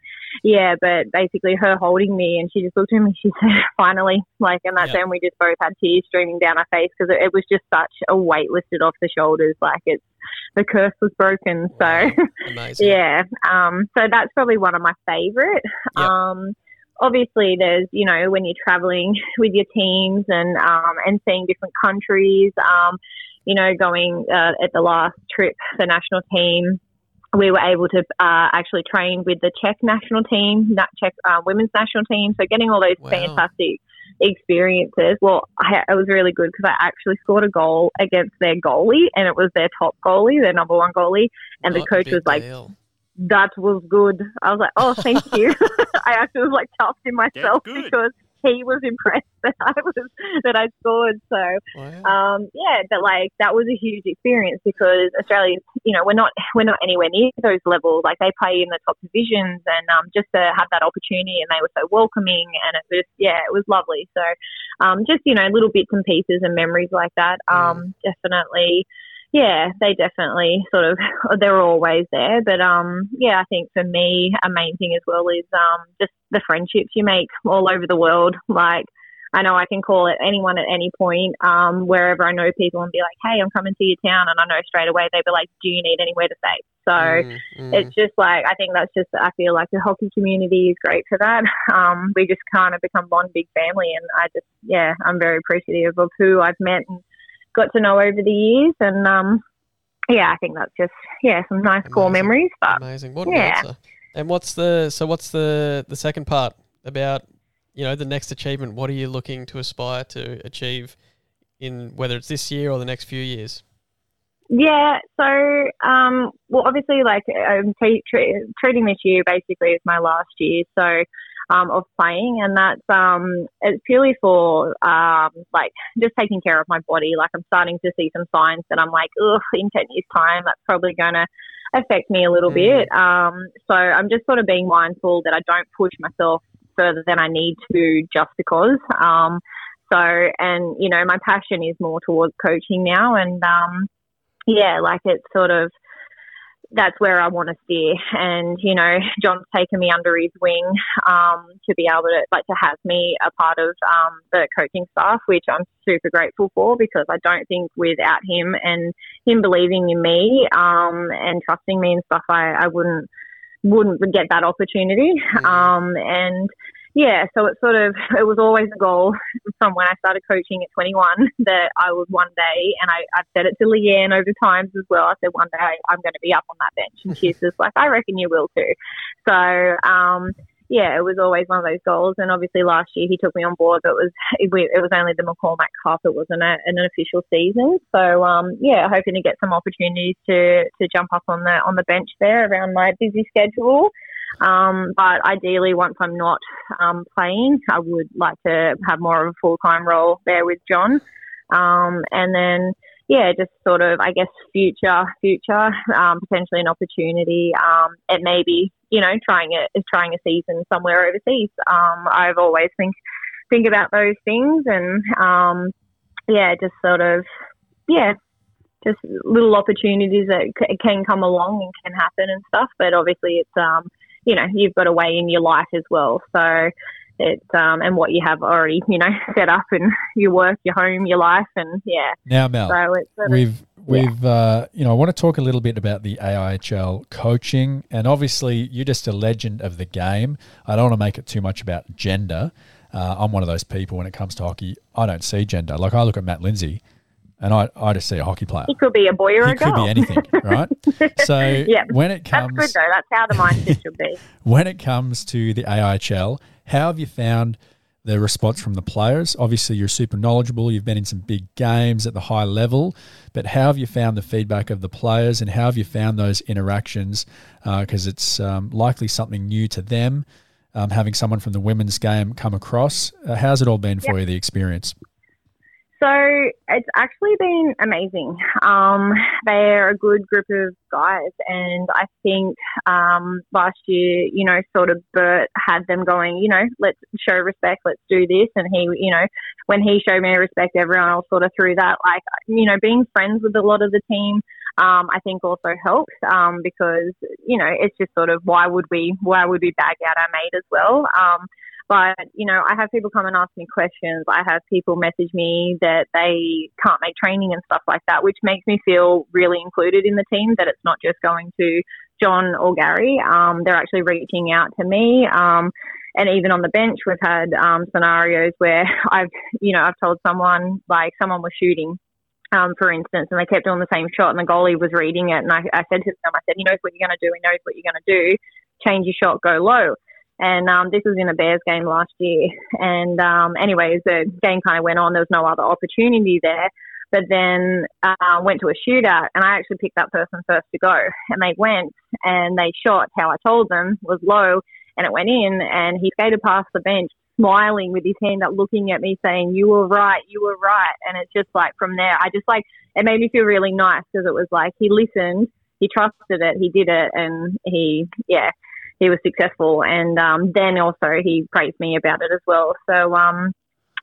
Speaker 5: yeah, but basically her holding me, and she just looked at me. She said, "Finally!" Like, and that's
Speaker 1: Yeah.
Speaker 5: when we just both had tears streaming down our face because it, it was just such a weight lifted off the shoulders. Like it's the curse was broken.
Speaker 1: Wow.
Speaker 5: So.
Speaker 1: Amazing.
Speaker 5: Yeah. Um, so that's probably one of my favorite.
Speaker 1: Yep.
Speaker 5: Um, obviously, there's you know when you're traveling with your teams and um, and seeing different countries. Um, you know, going uh, at the last trip, the national team. We were able to uh, actually train with the Czech national team, that Czech uh, women's national team. So getting all those
Speaker 1: Wow.
Speaker 5: fantastic experiences. Well, I, it was really good because I actually scored a goal against their goalie, and it was their top goalie, their number one goalie. And the
Speaker 1: Not a
Speaker 5: coach
Speaker 1: Oh, big
Speaker 5: was like,
Speaker 1: deal.
Speaker 5: that was good. I was like, oh, thank you. I actually was like chuffed in myself
Speaker 4: good.
Speaker 5: because he was impressed that I was that I scored. So
Speaker 1: Wow.
Speaker 5: um, yeah, but like that was a huge experience because Australia, you know, we're not we're not anywhere near those levels. Like they play in the top divisions, and um, just to have that opportunity, and they were so welcoming, and it was yeah, it was lovely. So, um, just you know, little bits and pieces and memories like that. Um, definitely, yeah, they definitely sort of they're always there. But um, yeah, I think for me, a main thing as well is um, just the friendships you make all over the world, like. I know I can call it anyone at any point, um, wherever I know people, and be like, "Hey, I'm coming to your town," and I know straight away they'd be like, "Do you need anywhere to stay?" So
Speaker 1: Mm, mm.
Speaker 5: it's just like I think that's just I feel like the hockey community is great for that. Um, we just kind of become one big family, and I just yeah, I'm very appreciative of who I've met and got to know over the years, and um, yeah, I think that's just yeah, some nice core
Speaker 1: Amazing.
Speaker 5: memories. But
Speaker 1: Amazing. What an
Speaker 5: yeah.
Speaker 1: answer. And what's the so what's the the second part about you know the next achievement? What are you looking to aspire to achieve in whether it's this year or the next few years?
Speaker 5: Yeah, so um, well, obviously, like I'm t- tre- treating this year basically as my last year. So um, of playing, and that's um, it's purely for um, like just taking care of my body. Like I'm starting to see some signs that I'm like, ugh, in ten years' time, that's probably going to affect me a little
Speaker 1: Mm.
Speaker 5: bit. Um, so I'm just sort of being mindful that I don't push myself further than I need to just because. Um, so, and you know, my passion is more towards coaching now, and um, yeah, like it's sort of that's where I want to steer. And you know, John's taken me under his wing um, to be able to like to have me a part of um, the coaching staff, which I'm super grateful for because I don't think without him and him believing in me um, and trusting me and stuff, I, I wouldn't wouldn't get that opportunity.
Speaker 1: Mm.
Speaker 5: Um, and yeah, so it sort of it was always a goal from when I started coaching at 21 that I would one day, and I, I've said it to Leanne over times as well. I said one day I'm going to be up on that bench, and she's just like, I reckon you will too. So um, yeah, it was always one of those goals. And obviously last year he took me on board, but it was it, we- it was only the McCormack Cup. It wasn't a, an official season. So um, yeah, hoping to get some opportunities to to jump up on the on the bench there around my busy schedule. Um, but ideally, once I'm not um, playing, I would like to have more of a full time role there with John. Um, and then, yeah, just sort of, I guess, future, future, um, potentially an opportunity. Um, it may be, you know, trying a trying a season somewhere overseas. Um, I've always think think about those things, and um, yeah, just sort of, yeah, just little opportunities that c- can come along and can happen and stuff. But obviously, it's um, you know, you've got a way in your life as well. So it's um, and what you have already, you know, set up in your work, your home, your life, and yeah.
Speaker 2: Now, Mel.
Speaker 5: So it's sort of-
Speaker 2: we've we've uh, you know I want to talk a little bit about the AIHL coaching, and obviously you're just a legend of the game. I don't want to make it too much about gender. Uh, I'm one of those people when it comes to hockey. I don't see gender. Like I look at Matt Lindsay, and I I just see a hockey player.
Speaker 5: it could be a boy or
Speaker 2: He
Speaker 5: a
Speaker 2: could
Speaker 5: girl.
Speaker 2: be anything, right? So
Speaker 5: Yeah,
Speaker 2: when it
Speaker 5: That's
Speaker 2: comes
Speaker 5: good though. That's how the mindset should be.
Speaker 2: when it comes to the AIHL, how have you found the response from the players? Obviously, you're super knowledgeable. You've been in some big games at the high level, but how have you found the feedback of the players, and how have you found those interactions? Because it's um, likely something new to them. Um, having someone from the women's game come across, uh, how's it all been for you? The experience.
Speaker 5: So it's actually been amazing. Um, they're a good group of guys, and I think um, last year, you know, sort of Bert had them going, you know, let's show respect, let's do this, and he, you know, when he showed me respect, everyone else sort of threw that. Like, you know, being friends with a lot of the team, um, I think also helps um, because you know it's just sort of why would we why would we bag out our mate as well. Um, but you know, I have people come and ask me questions. I have people message me that they can't make training and stuff like that, which makes me feel really included in the team. That it's not just going to John or Gary. Um, they're actually reaching out to me. Um, and even on the bench, we've had um, scenarios where I've, you know, I've told someone like someone was shooting, um, for instance, and they kept on the same shot, and the goalie was reading it, and I, I said to them, I said, he knows what you're going to do. He knows what you're going to do. Change your shot, go low. And um, this was in a Bears game last year. And um, anyways, the game kind of went on. There was no other opportunity there. But then uh, went to a shootout, and I actually picked that person first to go. And they went and they shot how I told them was low, and it went in. And he skated past the bench, smiling with his hand up, looking at me, saying, "You were right, you were right." And it's just like from there, I just like it made me feel really nice because it was like he listened, he trusted it, he did it, and he yeah, he was successful and um, then also he praised me about it as well so um,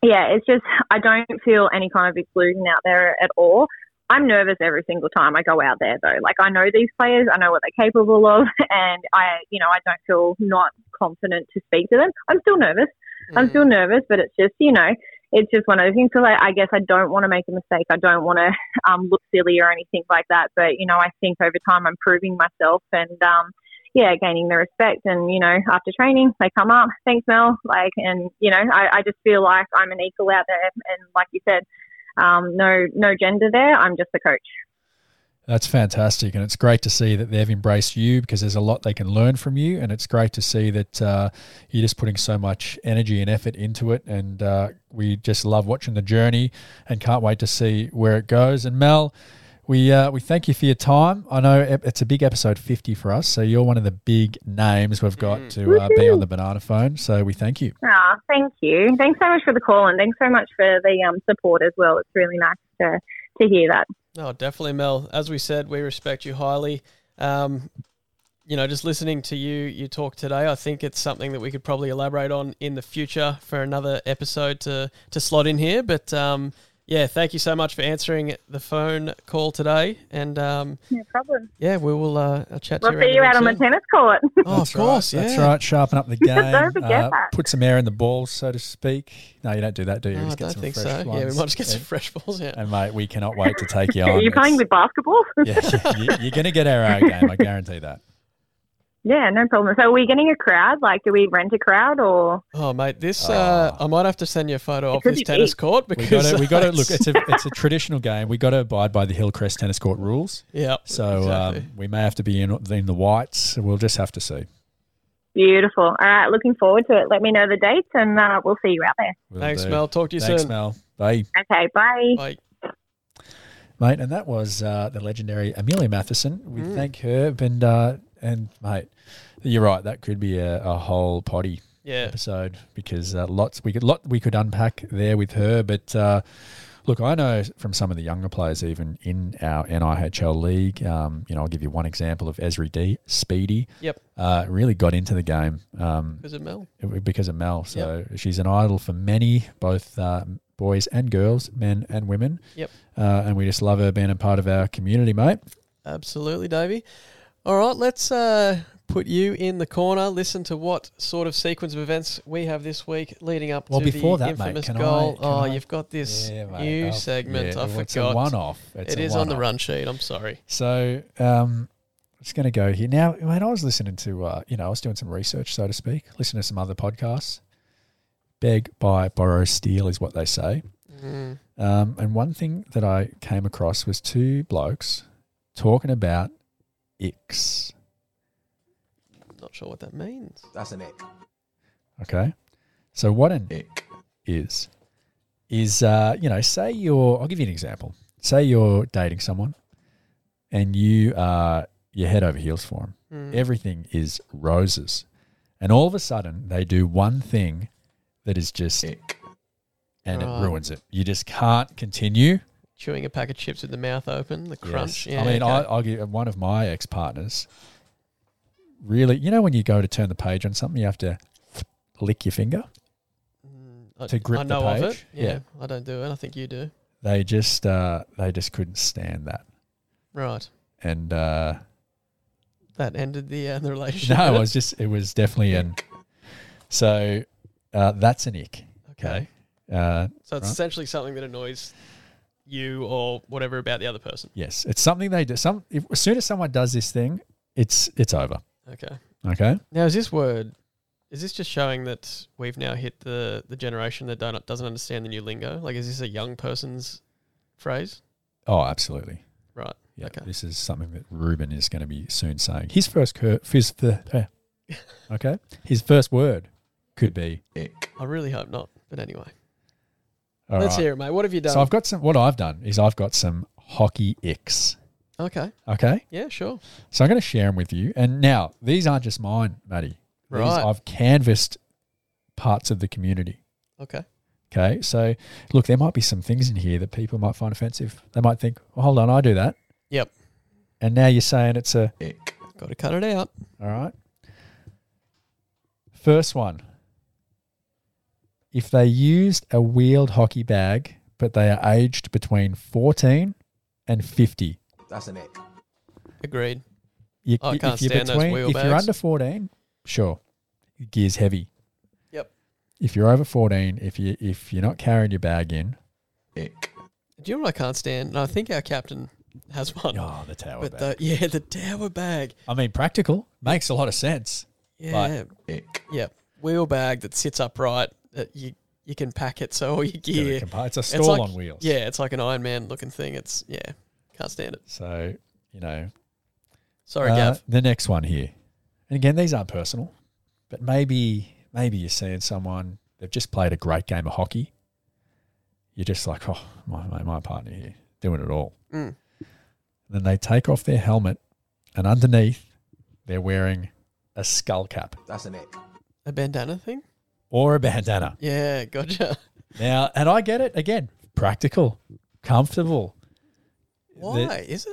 Speaker 5: yeah it's just i don't feel any kind of exclusion out there at all i'm nervous every single time i go out there though like i know these players i know what they're capable of and i you know i don't feel not confident to speak to them i'm still nervous
Speaker 1: Mm.
Speaker 5: i'm still nervous but it's just you know it's just one of those things because I, I guess I don't want to make a mistake. I don't want to um, look silly or anything like that. But you know, I think over time I'm proving myself, and um, yeah, gaining the respect. And, you know, after training, they come up, thanks, Mel. Like, and, you know, I, I just feel like I'm an equal out there. And like you said, um, no, no gender there. I'm just the coach.
Speaker 2: That's fantastic, and it's great to see that they've embraced you because there's a lot they can learn from you, and it's great to see that uh, you're just putting so much energy and effort into it. And uh, we just love watching the journey, and can't wait to see where it goes. And Mel, We uh, we thank you for your time. I know ep- it's a big episode fifty for us, so you're one of the big names we've got to uh, be on the banana phone. So we thank you.
Speaker 5: Ah, thank you. Thanks so much for the call and thanks so much for the um, support as well. It's really nice to, to hear that.
Speaker 1: No, Oh, definitely, Mel. As we said, we respect you highly. Um, you know, just listening to you, you talk today, I think it's something that we could probably elaborate on in the future for another episode to to slot in here. But um, yeah, thank you so much for answering the phone call today, and um,
Speaker 5: No problem.
Speaker 1: yeah, we will uh, I'll chat
Speaker 5: We'll
Speaker 1: to you.
Speaker 5: see you out on the
Speaker 1: the
Speaker 5: tennis court.
Speaker 1: Oh, of course,
Speaker 2: right.
Speaker 1: yeah.
Speaker 2: That's right. Sharpen up the game.
Speaker 5: Don't forget
Speaker 2: uh,
Speaker 5: that.
Speaker 2: Put some air in the balls, so to speak. No, you don't do that, do you?
Speaker 1: No, Oh, I
Speaker 2: Just get
Speaker 1: don't
Speaker 2: some
Speaker 1: think so. Yeah,
Speaker 2: fresh
Speaker 1: we
Speaker 2: ones.
Speaker 1: might just get some
Speaker 2: And-
Speaker 1: fresh balls. Yeah.
Speaker 2: And mate, we cannot wait to take you on.
Speaker 5: Are you playing with
Speaker 2: It's-
Speaker 5: basketball?
Speaker 2: Yeah, you, you're going to get our A game. I guarantee that.
Speaker 5: yeah, no problem. So are we getting a crowd? Like, do we rent a crowd or?
Speaker 1: Oh, mate, this uh, I might have to send you a photo of
Speaker 5: could
Speaker 1: this
Speaker 5: be
Speaker 1: tennis
Speaker 5: big.
Speaker 1: court
Speaker 2: Ah. We
Speaker 1: because
Speaker 2: got to. We got to
Speaker 1: uh,
Speaker 2: look. It's a. It's a traditional game. We got to abide by the Hillcrest tennis court rules.
Speaker 1: yeah.
Speaker 2: So
Speaker 1: exactly.
Speaker 2: um, we may have to be in, in the whites. We'll just have to see.
Speaker 5: Beautiful. All right, looking forward to it. Let me know the dates and uh, we'll see you out there.
Speaker 2: Will
Speaker 1: thanks,
Speaker 2: do.
Speaker 1: Mel. Talk to you
Speaker 2: Thanks,
Speaker 1: soon.
Speaker 2: Mel. Bye,
Speaker 5: Okay, bye.
Speaker 1: Bye.
Speaker 2: mate. And that was uh, the legendary Amelia Matheson. We
Speaker 1: Mm.
Speaker 2: thank her and uh, and mate. You're right. That could be a, a whole potty
Speaker 1: Yeah.
Speaker 2: episode because uh, lots we could lot we could unpack there with her. But uh, look, I know from some of the younger players, even in our NIHL league. Um, you know, I'll give you one example of Esri D. Speedy.
Speaker 1: Yep.
Speaker 2: Uh, really got into the game. Um,
Speaker 1: Because of Mel.
Speaker 2: it- because of Mel. So she's an idol for many, both uh, boys and girls, men and women.
Speaker 1: Yep.
Speaker 2: Uh, and we just love her being a part of our community, mate.
Speaker 1: Absolutely, Davey. All right, let's uh, put you in the corner. Listen to what sort of sequence of events we have this week leading up
Speaker 2: Well,
Speaker 1: to
Speaker 2: before
Speaker 1: the
Speaker 2: that, mate,
Speaker 1: infamous
Speaker 2: can I-
Speaker 1: goal.
Speaker 2: can
Speaker 1: oh,
Speaker 2: I-
Speaker 1: you've got this new
Speaker 2: Oh,
Speaker 1: segment.
Speaker 2: yeah,
Speaker 1: I
Speaker 2: well,
Speaker 1: forgot.
Speaker 2: It's a one-off. It's
Speaker 1: It
Speaker 2: a
Speaker 1: is on the
Speaker 2: one-off.
Speaker 1: run sheet. I'm sorry.
Speaker 2: So um, just going to go here now. When I was listening to, uh, you know, I was doing some research, so to speak, listening to some other podcasts. Beg, buy, borrow, steal is what they say. Um, and one thing that I came across was two blokes talking about icks.
Speaker 1: Not sure what that means.
Speaker 6: That's an ick.
Speaker 2: Okay. So what an
Speaker 6: Ick.
Speaker 2: is is uh, you know, say you're I'll give you an example. Say you're dating someone and you are you're head over heels for
Speaker 1: Hmm.
Speaker 2: them. Everything is roses. And all of a sudden they do one thing that is just
Speaker 6: Ick.
Speaker 2: and
Speaker 1: Right.
Speaker 2: it ruins it. You just can't continue.
Speaker 1: Chewing a pack of chips with the mouth open, the crunch.
Speaker 2: Yes.
Speaker 1: Yeah,
Speaker 2: I mean,
Speaker 1: okay.
Speaker 2: I, I'll give one of my ex partners. Really, you know, when you go to turn the page on something, you have to lick your finger.
Speaker 1: I,
Speaker 2: to grip
Speaker 1: I
Speaker 2: the
Speaker 1: know of it.
Speaker 2: page.
Speaker 1: Yeah,
Speaker 2: Yeah.
Speaker 1: I don't do it. I think you do.
Speaker 2: They just, uh, they just couldn't stand that.
Speaker 1: Right.
Speaker 2: And uh,
Speaker 1: That ended the, uh, the relationship.
Speaker 2: no, it was just, it was definitely an. So uh, that's an ick.
Speaker 1: Okay.
Speaker 2: Uh,
Speaker 1: So it's
Speaker 2: Right.
Speaker 1: essentially something that annoys you or whatever about the other person.
Speaker 2: yes, it's something they do. Some if, as soon as someone does this thing, it's it's over.
Speaker 1: Okay.
Speaker 2: Okay.
Speaker 1: Now, is this word? Is this just showing that we've now hit the the generation that don't doesn't understand the new lingo? Like, is this a young person's phrase?
Speaker 2: Oh, absolutely.
Speaker 1: Right.
Speaker 2: Yeah,
Speaker 1: Okay.
Speaker 2: this is something that Ruben is going to be soon saying. His first cur- his the okay, his first word could be.
Speaker 6: Ick.
Speaker 1: I really hope not. But anyway,
Speaker 2: all
Speaker 1: let's
Speaker 2: right.
Speaker 1: hear it, um, mate. What have you done?
Speaker 2: So I've got some. What I've done is I've got some hockey icks.
Speaker 1: okay.
Speaker 2: Okay,
Speaker 1: Yeah. Sure.
Speaker 2: so I'm going to share them with you. And now these aren't just mine, Maddie. These,
Speaker 1: Right.
Speaker 2: I've canvassed parts of the community.
Speaker 1: Okay.
Speaker 2: Okay, so look, there might be some things in here that people might find offensive. They might think, well, "Hold on, I do that,"
Speaker 1: Yep.
Speaker 2: and now you're saying it's a
Speaker 6: Ick.
Speaker 1: Got to cut it out.
Speaker 2: All right. First one. If they used a wheeled hockey bag, but they are aged between 14 and 50.
Speaker 6: That's an ick.
Speaker 1: Agreed.
Speaker 2: You,
Speaker 1: Oh, I
Speaker 2: if
Speaker 1: can't
Speaker 2: you're
Speaker 1: stand those wheel
Speaker 2: If you're
Speaker 1: bags.
Speaker 2: under 14, sure. Your gear's heavy.
Speaker 1: Yep.
Speaker 2: If you're over 14, if you if you're not carrying your bag in,
Speaker 6: Ick.
Speaker 1: Do you know what I can't stand? And I think our captain has one.
Speaker 2: oh, the tower
Speaker 1: but
Speaker 2: bag.
Speaker 1: the, yeah, the tower bag.
Speaker 2: I mean, practical makes a lot of sense.
Speaker 1: Yeah.
Speaker 6: Ick.
Speaker 1: yeah. Wheel bag that sits upright. That you you can pack it so all your
Speaker 2: Gotta
Speaker 1: gear.
Speaker 2: compa- It's a
Speaker 1: It's
Speaker 2: stall
Speaker 1: like-
Speaker 2: on wheels.
Speaker 1: Yeah, it's like an Iron Man looking thing. It's yeah, can't stand it.
Speaker 2: So, you know,
Speaker 1: Sorry,
Speaker 2: Uh,
Speaker 1: Gav.
Speaker 2: The next one here, and again, these aren't personal, but maybe maybe you're seeing someone they've just played a great game of hockey. You're just like, oh, my my, my partner here doing it all.
Speaker 1: Mm.
Speaker 2: Then they take off their helmet, and underneath, they're wearing a skull cap
Speaker 1: A bandana thing?
Speaker 2: or a bandana.
Speaker 1: Yeah, gotcha.
Speaker 2: Now, and I get it again, practical, comfortable.
Speaker 1: Why is it?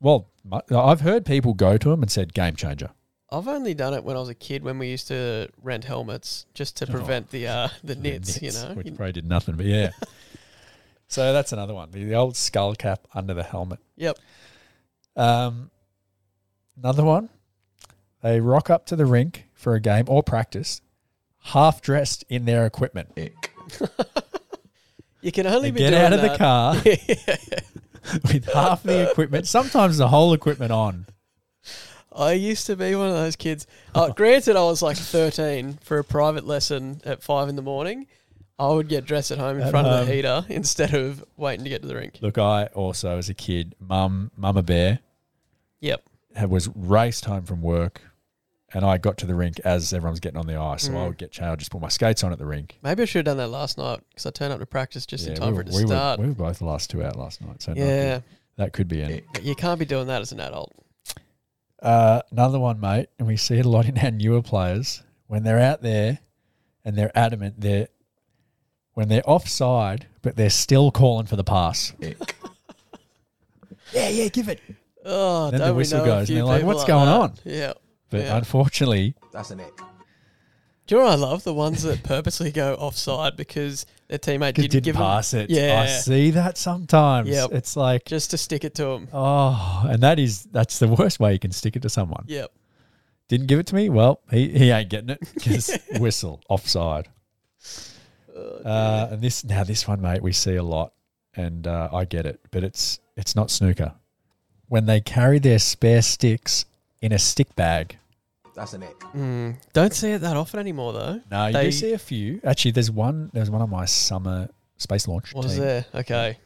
Speaker 2: Well, my, I've heard people go to them and said game changer.
Speaker 1: I've only done it when I was a kid when we used to rent helmets just to prevent the uh, the nits, you
Speaker 2: Oh, Nits,
Speaker 1: know.
Speaker 2: which
Speaker 1: You-
Speaker 2: probably did nothing, but yeah. so that's another one. The, the old skull cap under the helmet.
Speaker 1: Yep.
Speaker 2: Um, another one. They rock up to the rink for a game or practice, half dressed in their equipment.
Speaker 1: You can only
Speaker 2: They
Speaker 1: be
Speaker 2: get
Speaker 1: doing
Speaker 2: out of the
Speaker 1: that-
Speaker 2: car with half the equipment, sometimes the whole equipment on.
Speaker 1: I used to be one of those kids. Uh, granted, I was like 13 for a private lesson at five in the morning. I would get dressed at home in
Speaker 2: At
Speaker 1: front of
Speaker 2: home.
Speaker 1: the heater instead of waiting to get to the rink.
Speaker 2: Look, I also as a kid, mum, mama bear,
Speaker 1: Yep.
Speaker 2: had- was raced home from work, and I got to the rink as everyone's getting on the ice. So
Speaker 1: Mm.
Speaker 2: I would get changed, just put my skates on at the rink.
Speaker 1: Maybe I should have done that last night because I turned up to practice just in time for
Speaker 2: we, were-
Speaker 1: it to
Speaker 2: we
Speaker 1: start.
Speaker 2: Were, we were both the last two out last night, so no,
Speaker 1: yeah,
Speaker 2: that could be it.
Speaker 1: but you can't be doing that as an adult.
Speaker 2: Uh, another one, mate, and we see it a lot in our newer players when they're out there and they're adamant they're when they're offside, but they're still calling for the pass. yeah, yeah, give it.
Speaker 1: Oh,
Speaker 2: Then the
Speaker 1: don't we
Speaker 2: whistle
Speaker 1: know a
Speaker 2: goes and
Speaker 1: few
Speaker 2: they're like,
Speaker 1: people
Speaker 2: "What's going
Speaker 1: that?"
Speaker 2: on?
Speaker 1: Yeah.
Speaker 2: But
Speaker 1: Yeah.
Speaker 2: unfortunately,
Speaker 1: Do you know what I love? The ones that purposely go offside because their teammate
Speaker 2: it
Speaker 1: didn't,
Speaker 2: didn't
Speaker 1: give 'em-
Speaker 2: pass it. I
Speaker 1: Yeah.
Speaker 2: see that sometimes.
Speaker 1: Yep.
Speaker 2: It's like
Speaker 1: Just to stick it to them.
Speaker 2: Oh, and that is that's the worst way you can stick it to someone.
Speaker 1: Yep.
Speaker 2: Didn't give it to me. Well, he, he ain't getting it. Just whistle offside.
Speaker 1: Oh,
Speaker 2: Uh, and this now this one, mate, we see a lot, and uh, I get it, but it's it's not snooker. When they carry their spare sticks in a stick bag.
Speaker 1: Mm, don't see it that often anymore, though.
Speaker 2: No, you
Speaker 1: They-
Speaker 2: do see a few. Actually, there's one. There's one on my summer space launch
Speaker 1: Was
Speaker 2: team.
Speaker 1: there? Okay.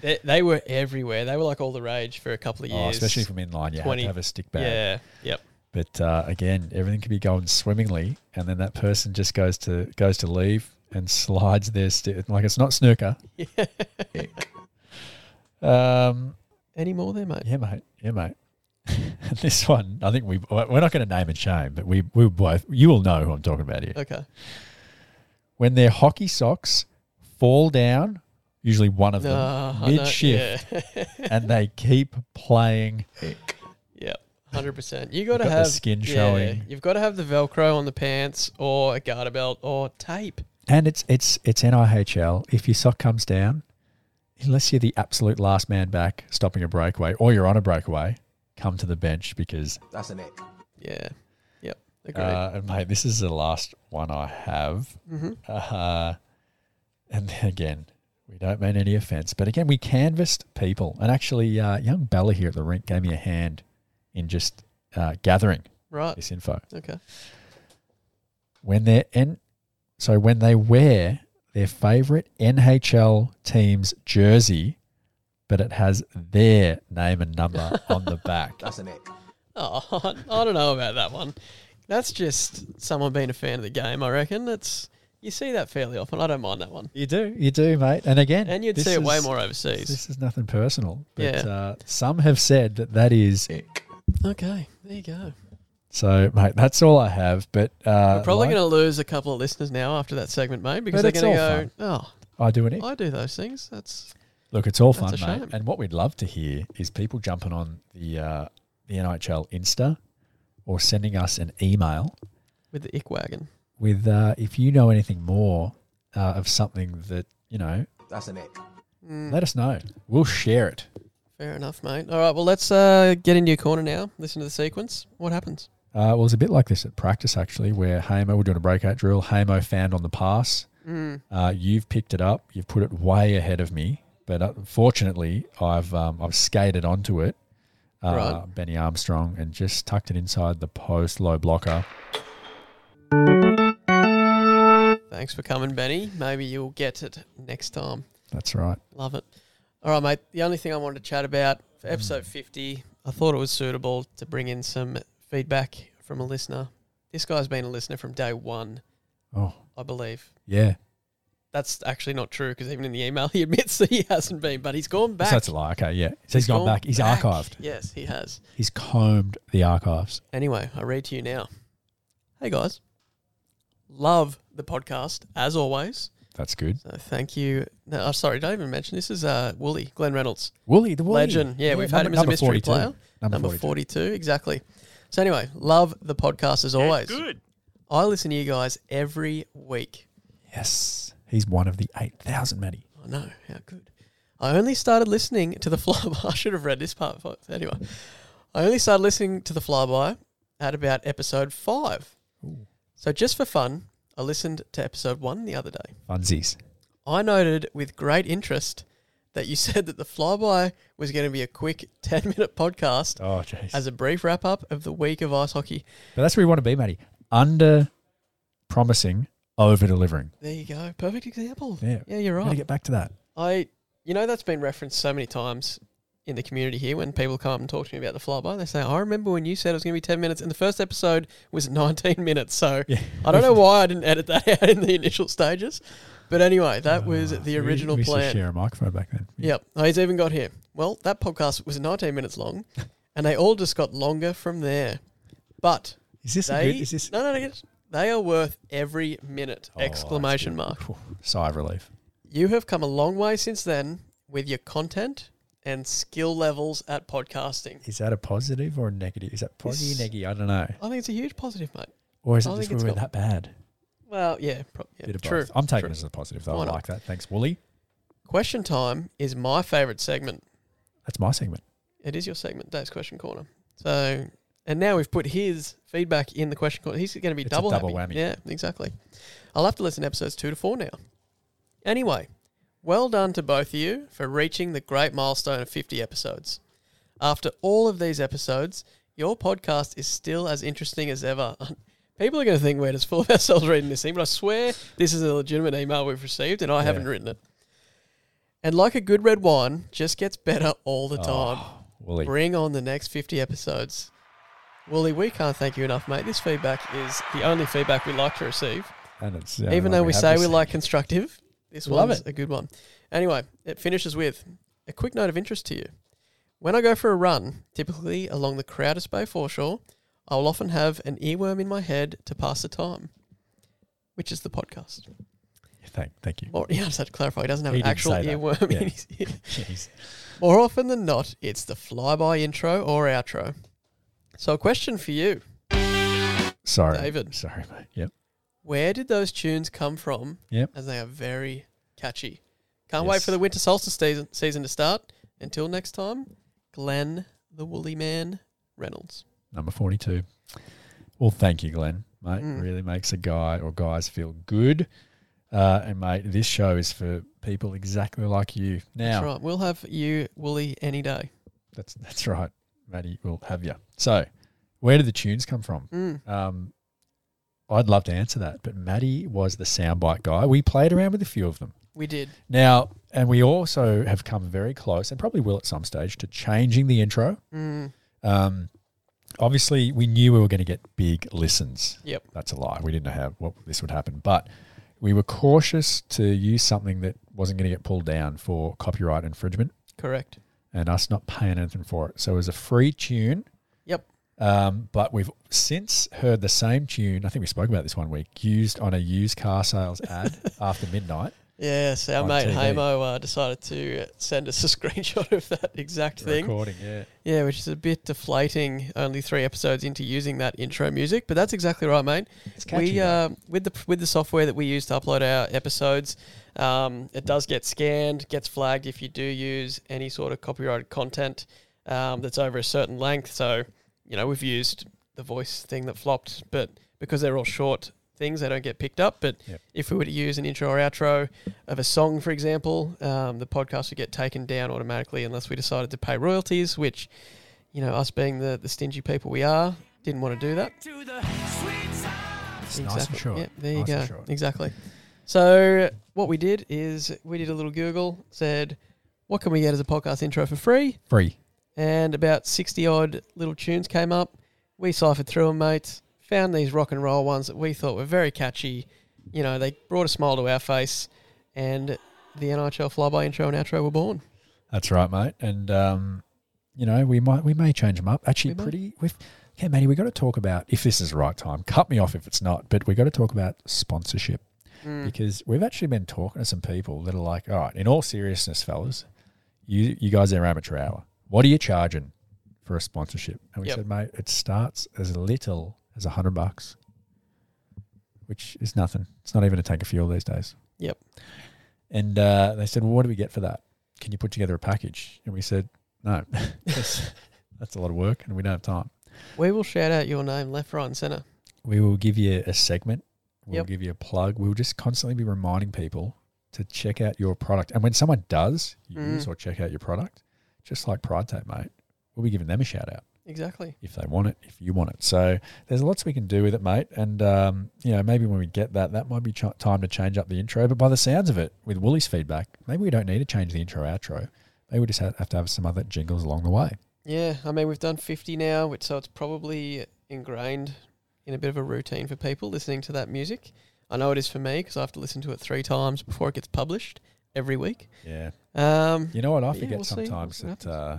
Speaker 1: They, they were everywhere. They were like all the rage for a couple of years.
Speaker 2: Oh, especially from inline, you have
Speaker 1: 20.
Speaker 2: to have a stick bag.
Speaker 1: Yeah. Yep.
Speaker 2: But uh, again, everything could be going swimmingly, and then that person just goes to goes to leave and slides their stick like it's not snooker. um,
Speaker 1: Any more there, mate?
Speaker 2: yeah, mate. Yeah, mate. And this one, I think we we're not going to name and shame, but we we were both you will know who I'm talking about here.
Speaker 1: Okay.
Speaker 2: When their hockey socks fall down, usually one of
Speaker 1: Uh,
Speaker 2: them mid shift,
Speaker 1: Yeah.
Speaker 2: and they keep playing.
Speaker 1: yep. Hundred percent. You got to
Speaker 2: got the
Speaker 1: have
Speaker 2: skin
Speaker 1: yeah,
Speaker 2: showing.
Speaker 1: You've got to have the Velcro on the pants, or a garter belt, or tape.
Speaker 2: And it's it's it's NIHL. If your sock comes down, unless you're the absolute last man back stopping a breakaway or you're on a breakaway, come to the bench because
Speaker 1: Yeah. Yep. Agreed.
Speaker 2: uh, and mate, this is the last one I have. Uh, and then again, we don't mean any offense, but again, we canvassed people, and actually, uh, young Bella here at the rink gave me a hand in just uh, gathering
Speaker 1: right.
Speaker 2: this info.
Speaker 1: Okay.
Speaker 2: when they're in, so when they wear their favorite NHL team's jersey, but it has their name and number on the back.
Speaker 1: Oh, I don't know about that one. That's just someone being a fan of the game. I reckon that's you see that fairly often. I don't mind that one.
Speaker 2: You do, you do, mate. And again,
Speaker 1: And you'd
Speaker 2: this
Speaker 1: see it way
Speaker 2: is-
Speaker 1: more overseas.
Speaker 2: This is nothing personal, but
Speaker 1: Yeah.
Speaker 2: uh, some have said that that is.
Speaker 1: Okay, there you go.
Speaker 2: So, mate, that's all I have. But uh,
Speaker 1: We're probably
Speaker 2: like,
Speaker 1: going to lose a couple of listeners now after that segment, mate, because
Speaker 2: But
Speaker 1: they're going to
Speaker 2: it's
Speaker 1: go,
Speaker 2: I do it.
Speaker 1: "Oh, I do those things." That's
Speaker 2: Look, it's all fun,
Speaker 1: That's a
Speaker 2: mate.
Speaker 1: shame.
Speaker 2: And what we'd love to hear is people jumping on the uh, the NHL Insta or sending us an email.
Speaker 1: with the ick wagon.
Speaker 2: with uh, if you know anything more uh, of something that you know,
Speaker 1: Mm.
Speaker 2: let us know. We'll share it.
Speaker 1: Fair enough, mate. All right, well, let's uh, get into your corner now. Listen to the sequence. What happens?
Speaker 2: Uh, well, it's a bit like this at practice actually, where Hamo we're doing a breakout drill. Hamo found on the pass.
Speaker 1: Mm.
Speaker 2: Uh, you've picked it up. You've put it way ahead of me, but unfortunately, I've um, I've skated onto it. Uh,
Speaker 1: Right.
Speaker 2: Benny Armstrong and just tucked it inside the post low blocker.
Speaker 1: Thanks for coming, Benny. Maybe you'll get it next time.
Speaker 2: That's right.
Speaker 1: Love it. All right, mate. The only thing I wanted to chat about
Speaker 2: Hmm.
Speaker 1: for episode 50, I thought it was suitable to bring in some feedback from a listener. This guy's been a listener from day one,
Speaker 2: Oh
Speaker 1: I believe.
Speaker 2: yeah,
Speaker 1: That's actually not true because even in the email he admits that he hasn't been, but he's gone back.
Speaker 2: So that's a lie. Okay, yeah. So he's gone back. He's
Speaker 1: back.
Speaker 2: archived.
Speaker 1: Yes, he has.
Speaker 2: He's combed the archives.
Speaker 1: Anyway, I read to you now. Hey guys, love the podcast as always.
Speaker 2: That's good.
Speaker 1: So thank you. No, oh, sorry, don't even mention this is uh, Wooly Glenn Reynolds.
Speaker 2: Wooly, the Wooly.
Speaker 1: Legend. Yeah, we've had
Speaker 2: number-
Speaker 1: him as a
Speaker 2: number
Speaker 1: mystery
Speaker 2: 42.
Speaker 1: player.
Speaker 2: Number,
Speaker 1: Number
Speaker 2: 42.
Speaker 1: 42, exactly. So anyway, love the podcast as always.
Speaker 4: Good.
Speaker 1: I listen to you guys every week.
Speaker 2: Yes. He's one of the 8,000, Matty.
Speaker 1: I know, how good. I only started listening to the flyby. I should have read this part. first. Anyway, I only started listening to the flyby at about episode five. So just for fun, I listened to episode one the other day.
Speaker 2: Funsies.
Speaker 1: I noted with great interest that you said that the flyby was going to be a quick 10 minute podcast
Speaker 2: Oh, jeez.
Speaker 1: as a brief wrap up of the week of ice hockey.
Speaker 2: But that's where we want to be, Matty. Under promising, over delivering.
Speaker 1: There you go. Perfect example.
Speaker 2: Yeah.
Speaker 1: you're
Speaker 2: We're going
Speaker 1: right.
Speaker 2: to get back to that.
Speaker 1: I, you know, that's been referenced so many times in the community here when people come up and talk to me about the flyby. They say, I remember when you said it was going to be 10 minutes and the first episode was 19 minutes. So
Speaker 2: Yeah.
Speaker 1: I don't know why I didn't edit that out in the initial stages. But anyway, that was the original
Speaker 2: Ah, we, we used to
Speaker 1: plan.
Speaker 2: share a microphone back then.
Speaker 1: Yep. Oh, he's even got here. Well, that podcast was 19 minutes long, and they all just got longer from there. But
Speaker 2: Is this
Speaker 1: they
Speaker 2: a good? Is this
Speaker 1: no, no, no, it's- they are worth every minute!
Speaker 2: Oh, that's
Speaker 1: exclamation
Speaker 2: good.
Speaker 1: mark.
Speaker 2: Phew, Sigh of relief.
Speaker 1: You have come a long way since then with your content and skill levels at podcasting.
Speaker 2: Is that a positive or a negative? Is that positive or
Speaker 1: It's-
Speaker 2: negative? I don't know.
Speaker 1: I think it's a huge positive, mate.
Speaker 2: Or is
Speaker 1: I
Speaker 2: it
Speaker 1: think
Speaker 2: just we
Speaker 1: it's
Speaker 2: were
Speaker 1: got-
Speaker 2: that bad?
Speaker 1: Well, yeah, prob- yeah,
Speaker 2: Bit of
Speaker 1: true.
Speaker 2: both. I'm taking
Speaker 1: true.
Speaker 2: this as a positive though.
Speaker 1: Why
Speaker 2: I
Speaker 1: not?
Speaker 2: like that. Thanks, Wooly.
Speaker 1: Question time is my favorite segment.
Speaker 2: That's my segment.
Speaker 1: It is your segment, Dave's question corner. So, and now we've put his feedback in the question corner. He's going to be
Speaker 2: It's a
Speaker 1: double,
Speaker 2: double
Speaker 1: happy.
Speaker 2: whammy.
Speaker 1: Yeah, exactly. I'll have to listen to episodes two to four now. Anyway, well done to both of you for reaching the great milestone of 50 episodes. After all of these episodes, your podcast is still as interesting as ever. People are going to think we're just full of ourselves reading this thing, but I swear this is a legitimate email we've received, and I haven't written it. And like a good red wine, just gets better all
Speaker 2: Oh,
Speaker 1: the time.
Speaker 2: Wooly.
Speaker 1: Bring on the next 50 episodes. Wooly, we can't thank you enough, mate. This feedback is the only feedback we like to receive.
Speaker 2: And it's uh,
Speaker 1: Even
Speaker 2: like
Speaker 1: though we
Speaker 2: have
Speaker 1: say
Speaker 2: this-
Speaker 1: we like constructive, this
Speaker 2: Love
Speaker 1: one's
Speaker 2: it.
Speaker 1: a good one. Anyway, it finishes with a quick note of interest to you. When I go for a run, typically along the Crowdis Bay foreshore, I'll often have an earworm in my head to pass the time, which is the podcast.
Speaker 2: Thank, thank you.
Speaker 1: Or, yeah, I just had to clarify, he doesn't have
Speaker 2: He
Speaker 1: an
Speaker 2: did
Speaker 1: actual
Speaker 2: say that.
Speaker 1: earworm
Speaker 2: Yeah.
Speaker 1: in his ear.
Speaker 2: Jeez.
Speaker 1: More often than not, it's the flyby intro or outro. So, a question for you
Speaker 2: Sorry,
Speaker 1: David.
Speaker 2: Sorry, mate. Yep.
Speaker 1: Where did those tunes come from?
Speaker 2: Yep.
Speaker 1: As they are very catchy. Can't wait
Speaker 2: Yes.
Speaker 1: for the winter solstice season, season to start. Until next time, Glenn the Woolly Man Reynolds.
Speaker 2: Number forty-two. Well, thank you, Glenn. Mate,
Speaker 1: Mm.
Speaker 2: really makes a guy or guys feel good. Uh, and mate, this show is for people exactly like you. Now,
Speaker 1: That's right. We'll have you, Woolly, any day.
Speaker 2: That's that's right, Matty. We'll have you. So, where do the tunes come from?
Speaker 1: Mm.
Speaker 2: Um, I'd love to answer that, but Matty was the soundbite guy. We played around with a few of them
Speaker 1: We did.
Speaker 2: now, and we also have come very close, and probably will at some stage, to changing the intro.
Speaker 1: Mm.
Speaker 2: Um, obviously, we knew we were going to get big listens.
Speaker 1: Yep.
Speaker 2: That's a lie. We didn't know how what this would happen, but we were cautious to use something that wasn't going to get pulled down for copyright infringement
Speaker 1: Correct.
Speaker 2: and us not paying anything for it. So it was a free tune.
Speaker 1: Yep.
Speaker 2: Um, but we've since heard the same tune. I think we spoke about this one week, used on a used car sales ad after midnight.
Speaker 1: Yes, our
Speaker 2: On
Speaker 1: mate
Speaker 2: TV.
Speaker 1: Hamo uh, decided to uh, send us a screenshot of that exact thing.
Speaker 2: Recording, yeah.
Speaker 1: Yeah, which is a bit deflating. Only three episodes into using that intro music, but that's exactly right, mate.
Speaker 2: It's
Speaker 1: we
Speaker 2: catchy. though.
Speaker 1: um, with the with the software that we use to upload our episodes, um, it does get scanned, gets flagged if you do use any sort of copyrighted content um, that's over a certain length. So, you know, we've used the voice thing that flopped, but because they're all short things, they don't get picked up. But
Speaker 2: Yep.
Speaker 1: if we were to use an intro or outro of a song, for example, um, the podcast would get taken down automatically unless we decided to pay royalties, which, you know, us being the, the stingy people we are, didn't want to do that.
Speaker 4: To the sweet side.
Speaker 2: it's nice and short.
Speaker 1: Yeah, there you
Speaker 2: Nice and
Speaker 1: go.
Speaker 2: short.
Speaker 1: Exactly. So what we did is we did a little Google, said, "What can we get as a podcast intro for free?"
Speaker 2: Free.
Speaker 1: And about sixty odd little tunes came up. We ciphered through them, mates. Found these rock and roll ones that we thought were very catchy. You know, they brought a smile to our face, and the NIHL flyby intro and outro were born.
Speaker 2: That's right, mate. And um, you know, we might we may change them up. Actually,
Speaker 1: We may.
Speaker 2: pretty with yeah, Manny. We got to talk about if this is the right time. Cut me off if it's not. But we got to talk about sponsorship
Speaker 1: Mm.
Speaker 2: because we've actually been talking to some people that are like, all right, in all seriousness, fellas, you you guys are amateur hour. What are you charging for a sponsorship? And we
Speaker 1: Yep.
Speaker 2: said, mate, it starts as little as a hundred bucks, which is nothing. It's not even a tank of fuel these days.
Speaker 1: Yep.
Speaker 2: And uh, they said, well, what do we get for that? Can you put together a package? And we said, no, that's, that's a lot of work and we don't have time.
Speaker 1: We will shout out your name left, right, and center.
Speaker 2: We will give you a segment. We'll
Speaker 1: Yep.
Speaker 2: give you a plug. We'll just constantly be reminding people to check out your product. And when someone does use
Speaker 1: Mm.
Speaker 2: or check out your product, just like Pride Tape, mate, we'll be giving them a shout out
Speaker 1: Exactly.
Speaker 2: if they want it, if you want it. So there's lots we can do with it, mate. And, um, you know, maybe when we get that, that might be ch- time to change up the intro. But by the sounds of it, with Woolies feedback, maybe we don't need to change the intro outro. Maybe we just ha- have to have some other jingles along the way.
Speaker 1: Yeah, I mean we've done fifty now, which so it's probably ingrained in a bit of a routine for people listening to that music. I know it is for me because I have to listen to it three times before it gets published every week.
Speaker 2: Yeah.
Speaker 1: Um,
Speaker 2: You know what? I
Speaker 1: Yeah,
Speaker 2: forget
Speaker 1: we'll see. We'll
Speaker 2: sometimes
Speaker 1: see what
Speaker 2: that uh,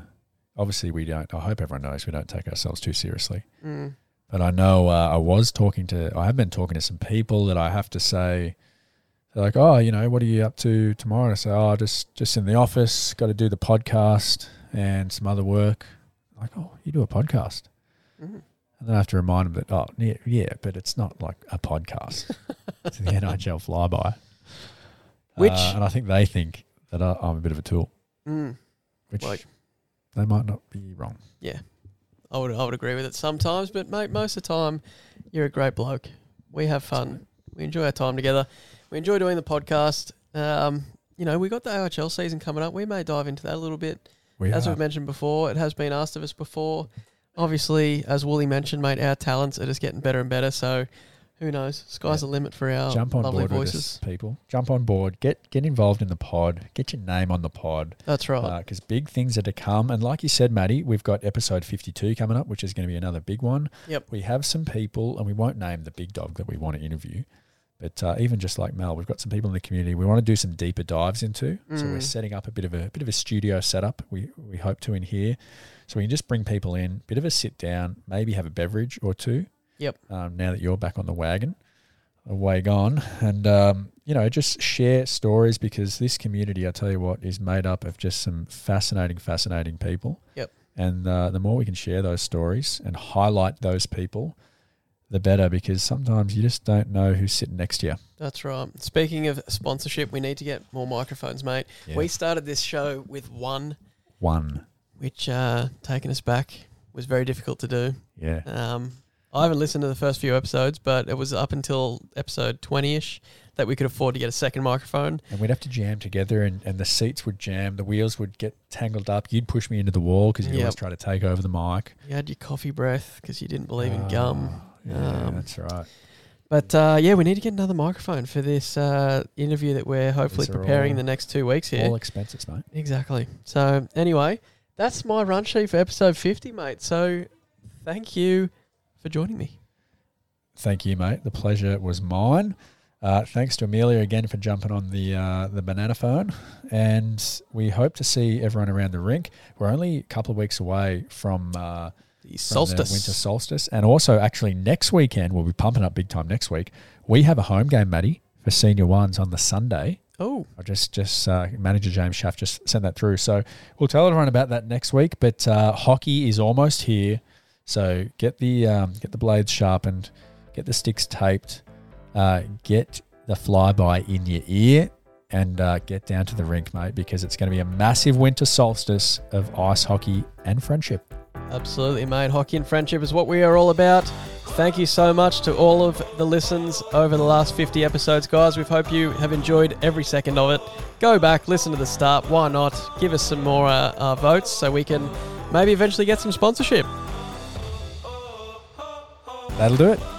Speaker 2: obviously we don't, I hope everyone knows we don't take ourselves too seriously.
Speaker 1: mm,
Speaker 2: But I know uh, I was talking to, I have been talking to some people that I have to say, they're like, oh, you know, what are you up to tomorrow? And I say, oh, just just in the office, got to do the podcast and some other work. Like, oh, you do a podcast.
Speaker 1: mm.
Speaker 2: And then I have to remind them that, oh, yeah, yeah but it's not like a podcast. it's the NHL flyby.
Speaker 1: Which-
Speaker 2: Uh, and I think they think that I, I'm a bit of a tool,
Speaker 1: Mm,
Speaker 2: which
Speaker 1: Like-
Speaker 2: they might not be wrong.
Speaker 1: I would I would agree with it sometimes, but mate, most of the time you're a great bloke. We have fun. We enjoy our time together. We enjoy doing the podcast. Um, you know, we got the AHL season coming up. We may dive into that a little bit.
Speaker 2: We
Speaker 1: As
Speaker 2: are.
Speaker 1: we've mentioned before, it has been asked of us before. Obviously, as Wooly mentioned, mate, our talents are just getting better and better. So, who knows? Sky's the limit for our
Speaker 2: jump on
Speaker 1: Oh, lovely
Speaker 2: board with
Speaker 1: voices.
Speaker 2: us, people. Jump on board. Get get involved in the pod. Get your name on the pod
Speaker 1: That's right.
Speaker 2: because big things are to come. And like you said, Maddie, we've got episode fifty-two coming up, which is going to be another big one.
Speaker 1: Yep.
Speaker 2: We have some people, and we won't name the big dog that we want to interview. But uh, even just like Mel, we've got some people in the community we want to do some deeper dives into. So we're
Speaker 1: Mm.
Speaker 2: setting up a bit of a bit of a studio setup. We we hope to in here, so we can just bring people in, bit of a sit down, maybe have a beverage or two.
Speaker 1: Yep.
Speaker 2: Um, now that you're back on the wagon, a wagon, and um, you know, just share stories because this community, I tell you what, is made up of just some fascinating, fascinating people.
Speaker 1: Yep.
Speaker 2: And uh, the more we can share those stories and highlight those people, the better because sometimes you just don't know who's sitting next to you.
Speaker 1: That's right. Speaking of sponsorship, we need to get more microphones, mate. We started this show with one,
Speaker 2: One.
Speaker 1: which, uh, taking us back, was very difficult to do.
Speaker 2: Yeah.
Speaker 1: Um, I haven't listened to the first few episodes, but it was up until episode 20 ish that we could afford to get a second microphone.
Speaker 2: And we'd have to jam together, and, and the seats would jam, the wheels would get tangled up. You'd push me into the wall because you
Speaker 1: Yep.
Speaker 2: always try to take over the mic. Ah,
Speaker 1: You had your coffee breath because you didn't believe in gum.
Speaker 2: Oh, Yeah,
Speaker 1: Um,
Speaker 2: that's right.
Speaker 1: But uh, yeah, we need to get another microphone for this uh, interview that we're hopefully
Speaker 2: These are
Speaker 1: preparing
Speaker 2: all-
Speaker 1: the next two weeks here.
Speaker 2: All expenses, mate.
Speaker 1: exactly. So anyway, that's my run sheet for episode fifty, mate. So thank you for joining me.
Speaker 2: Thank you, mate. The pleasure was mine. Uh, thanks to Amelia again for jumping on the uh, the banana phone, and we hope to see everyone around the rink. We're only a couple of weeks away from, uh,
Speaker 1: The
Speaker 2: from the
Speaker 1: solstice.
Speaker 2: winter solstice, and also actually next weekend we'll be pumping up big time. Next week we have a home game, Maddie, for senior ones on the Sunday.
Speaker 1: oh,
Speaker 2: I just just uh, manager James Schaff just sent that through. So we'll tell everyone about that next week. But uh, hockey is almost here, so get the um, get the blades sharpened, get the sticks taped, uh, get the flyby in your ear, and uh, get down to the rink, mate, because it's going to be a massive winter solstice of ice hockey and friendship.
Speaker 1: absolutely, mate. Hockey and friendship is what we are all about. Thank you so much to all of the listens over the last 50 episodes, guys. We hope you have enjoyed every second of it. Go back, listen to the start. Why not? Give us some more uh, uh, votes so we can maybe eventually get some sponsorship.
Speaker 2: That'll do it.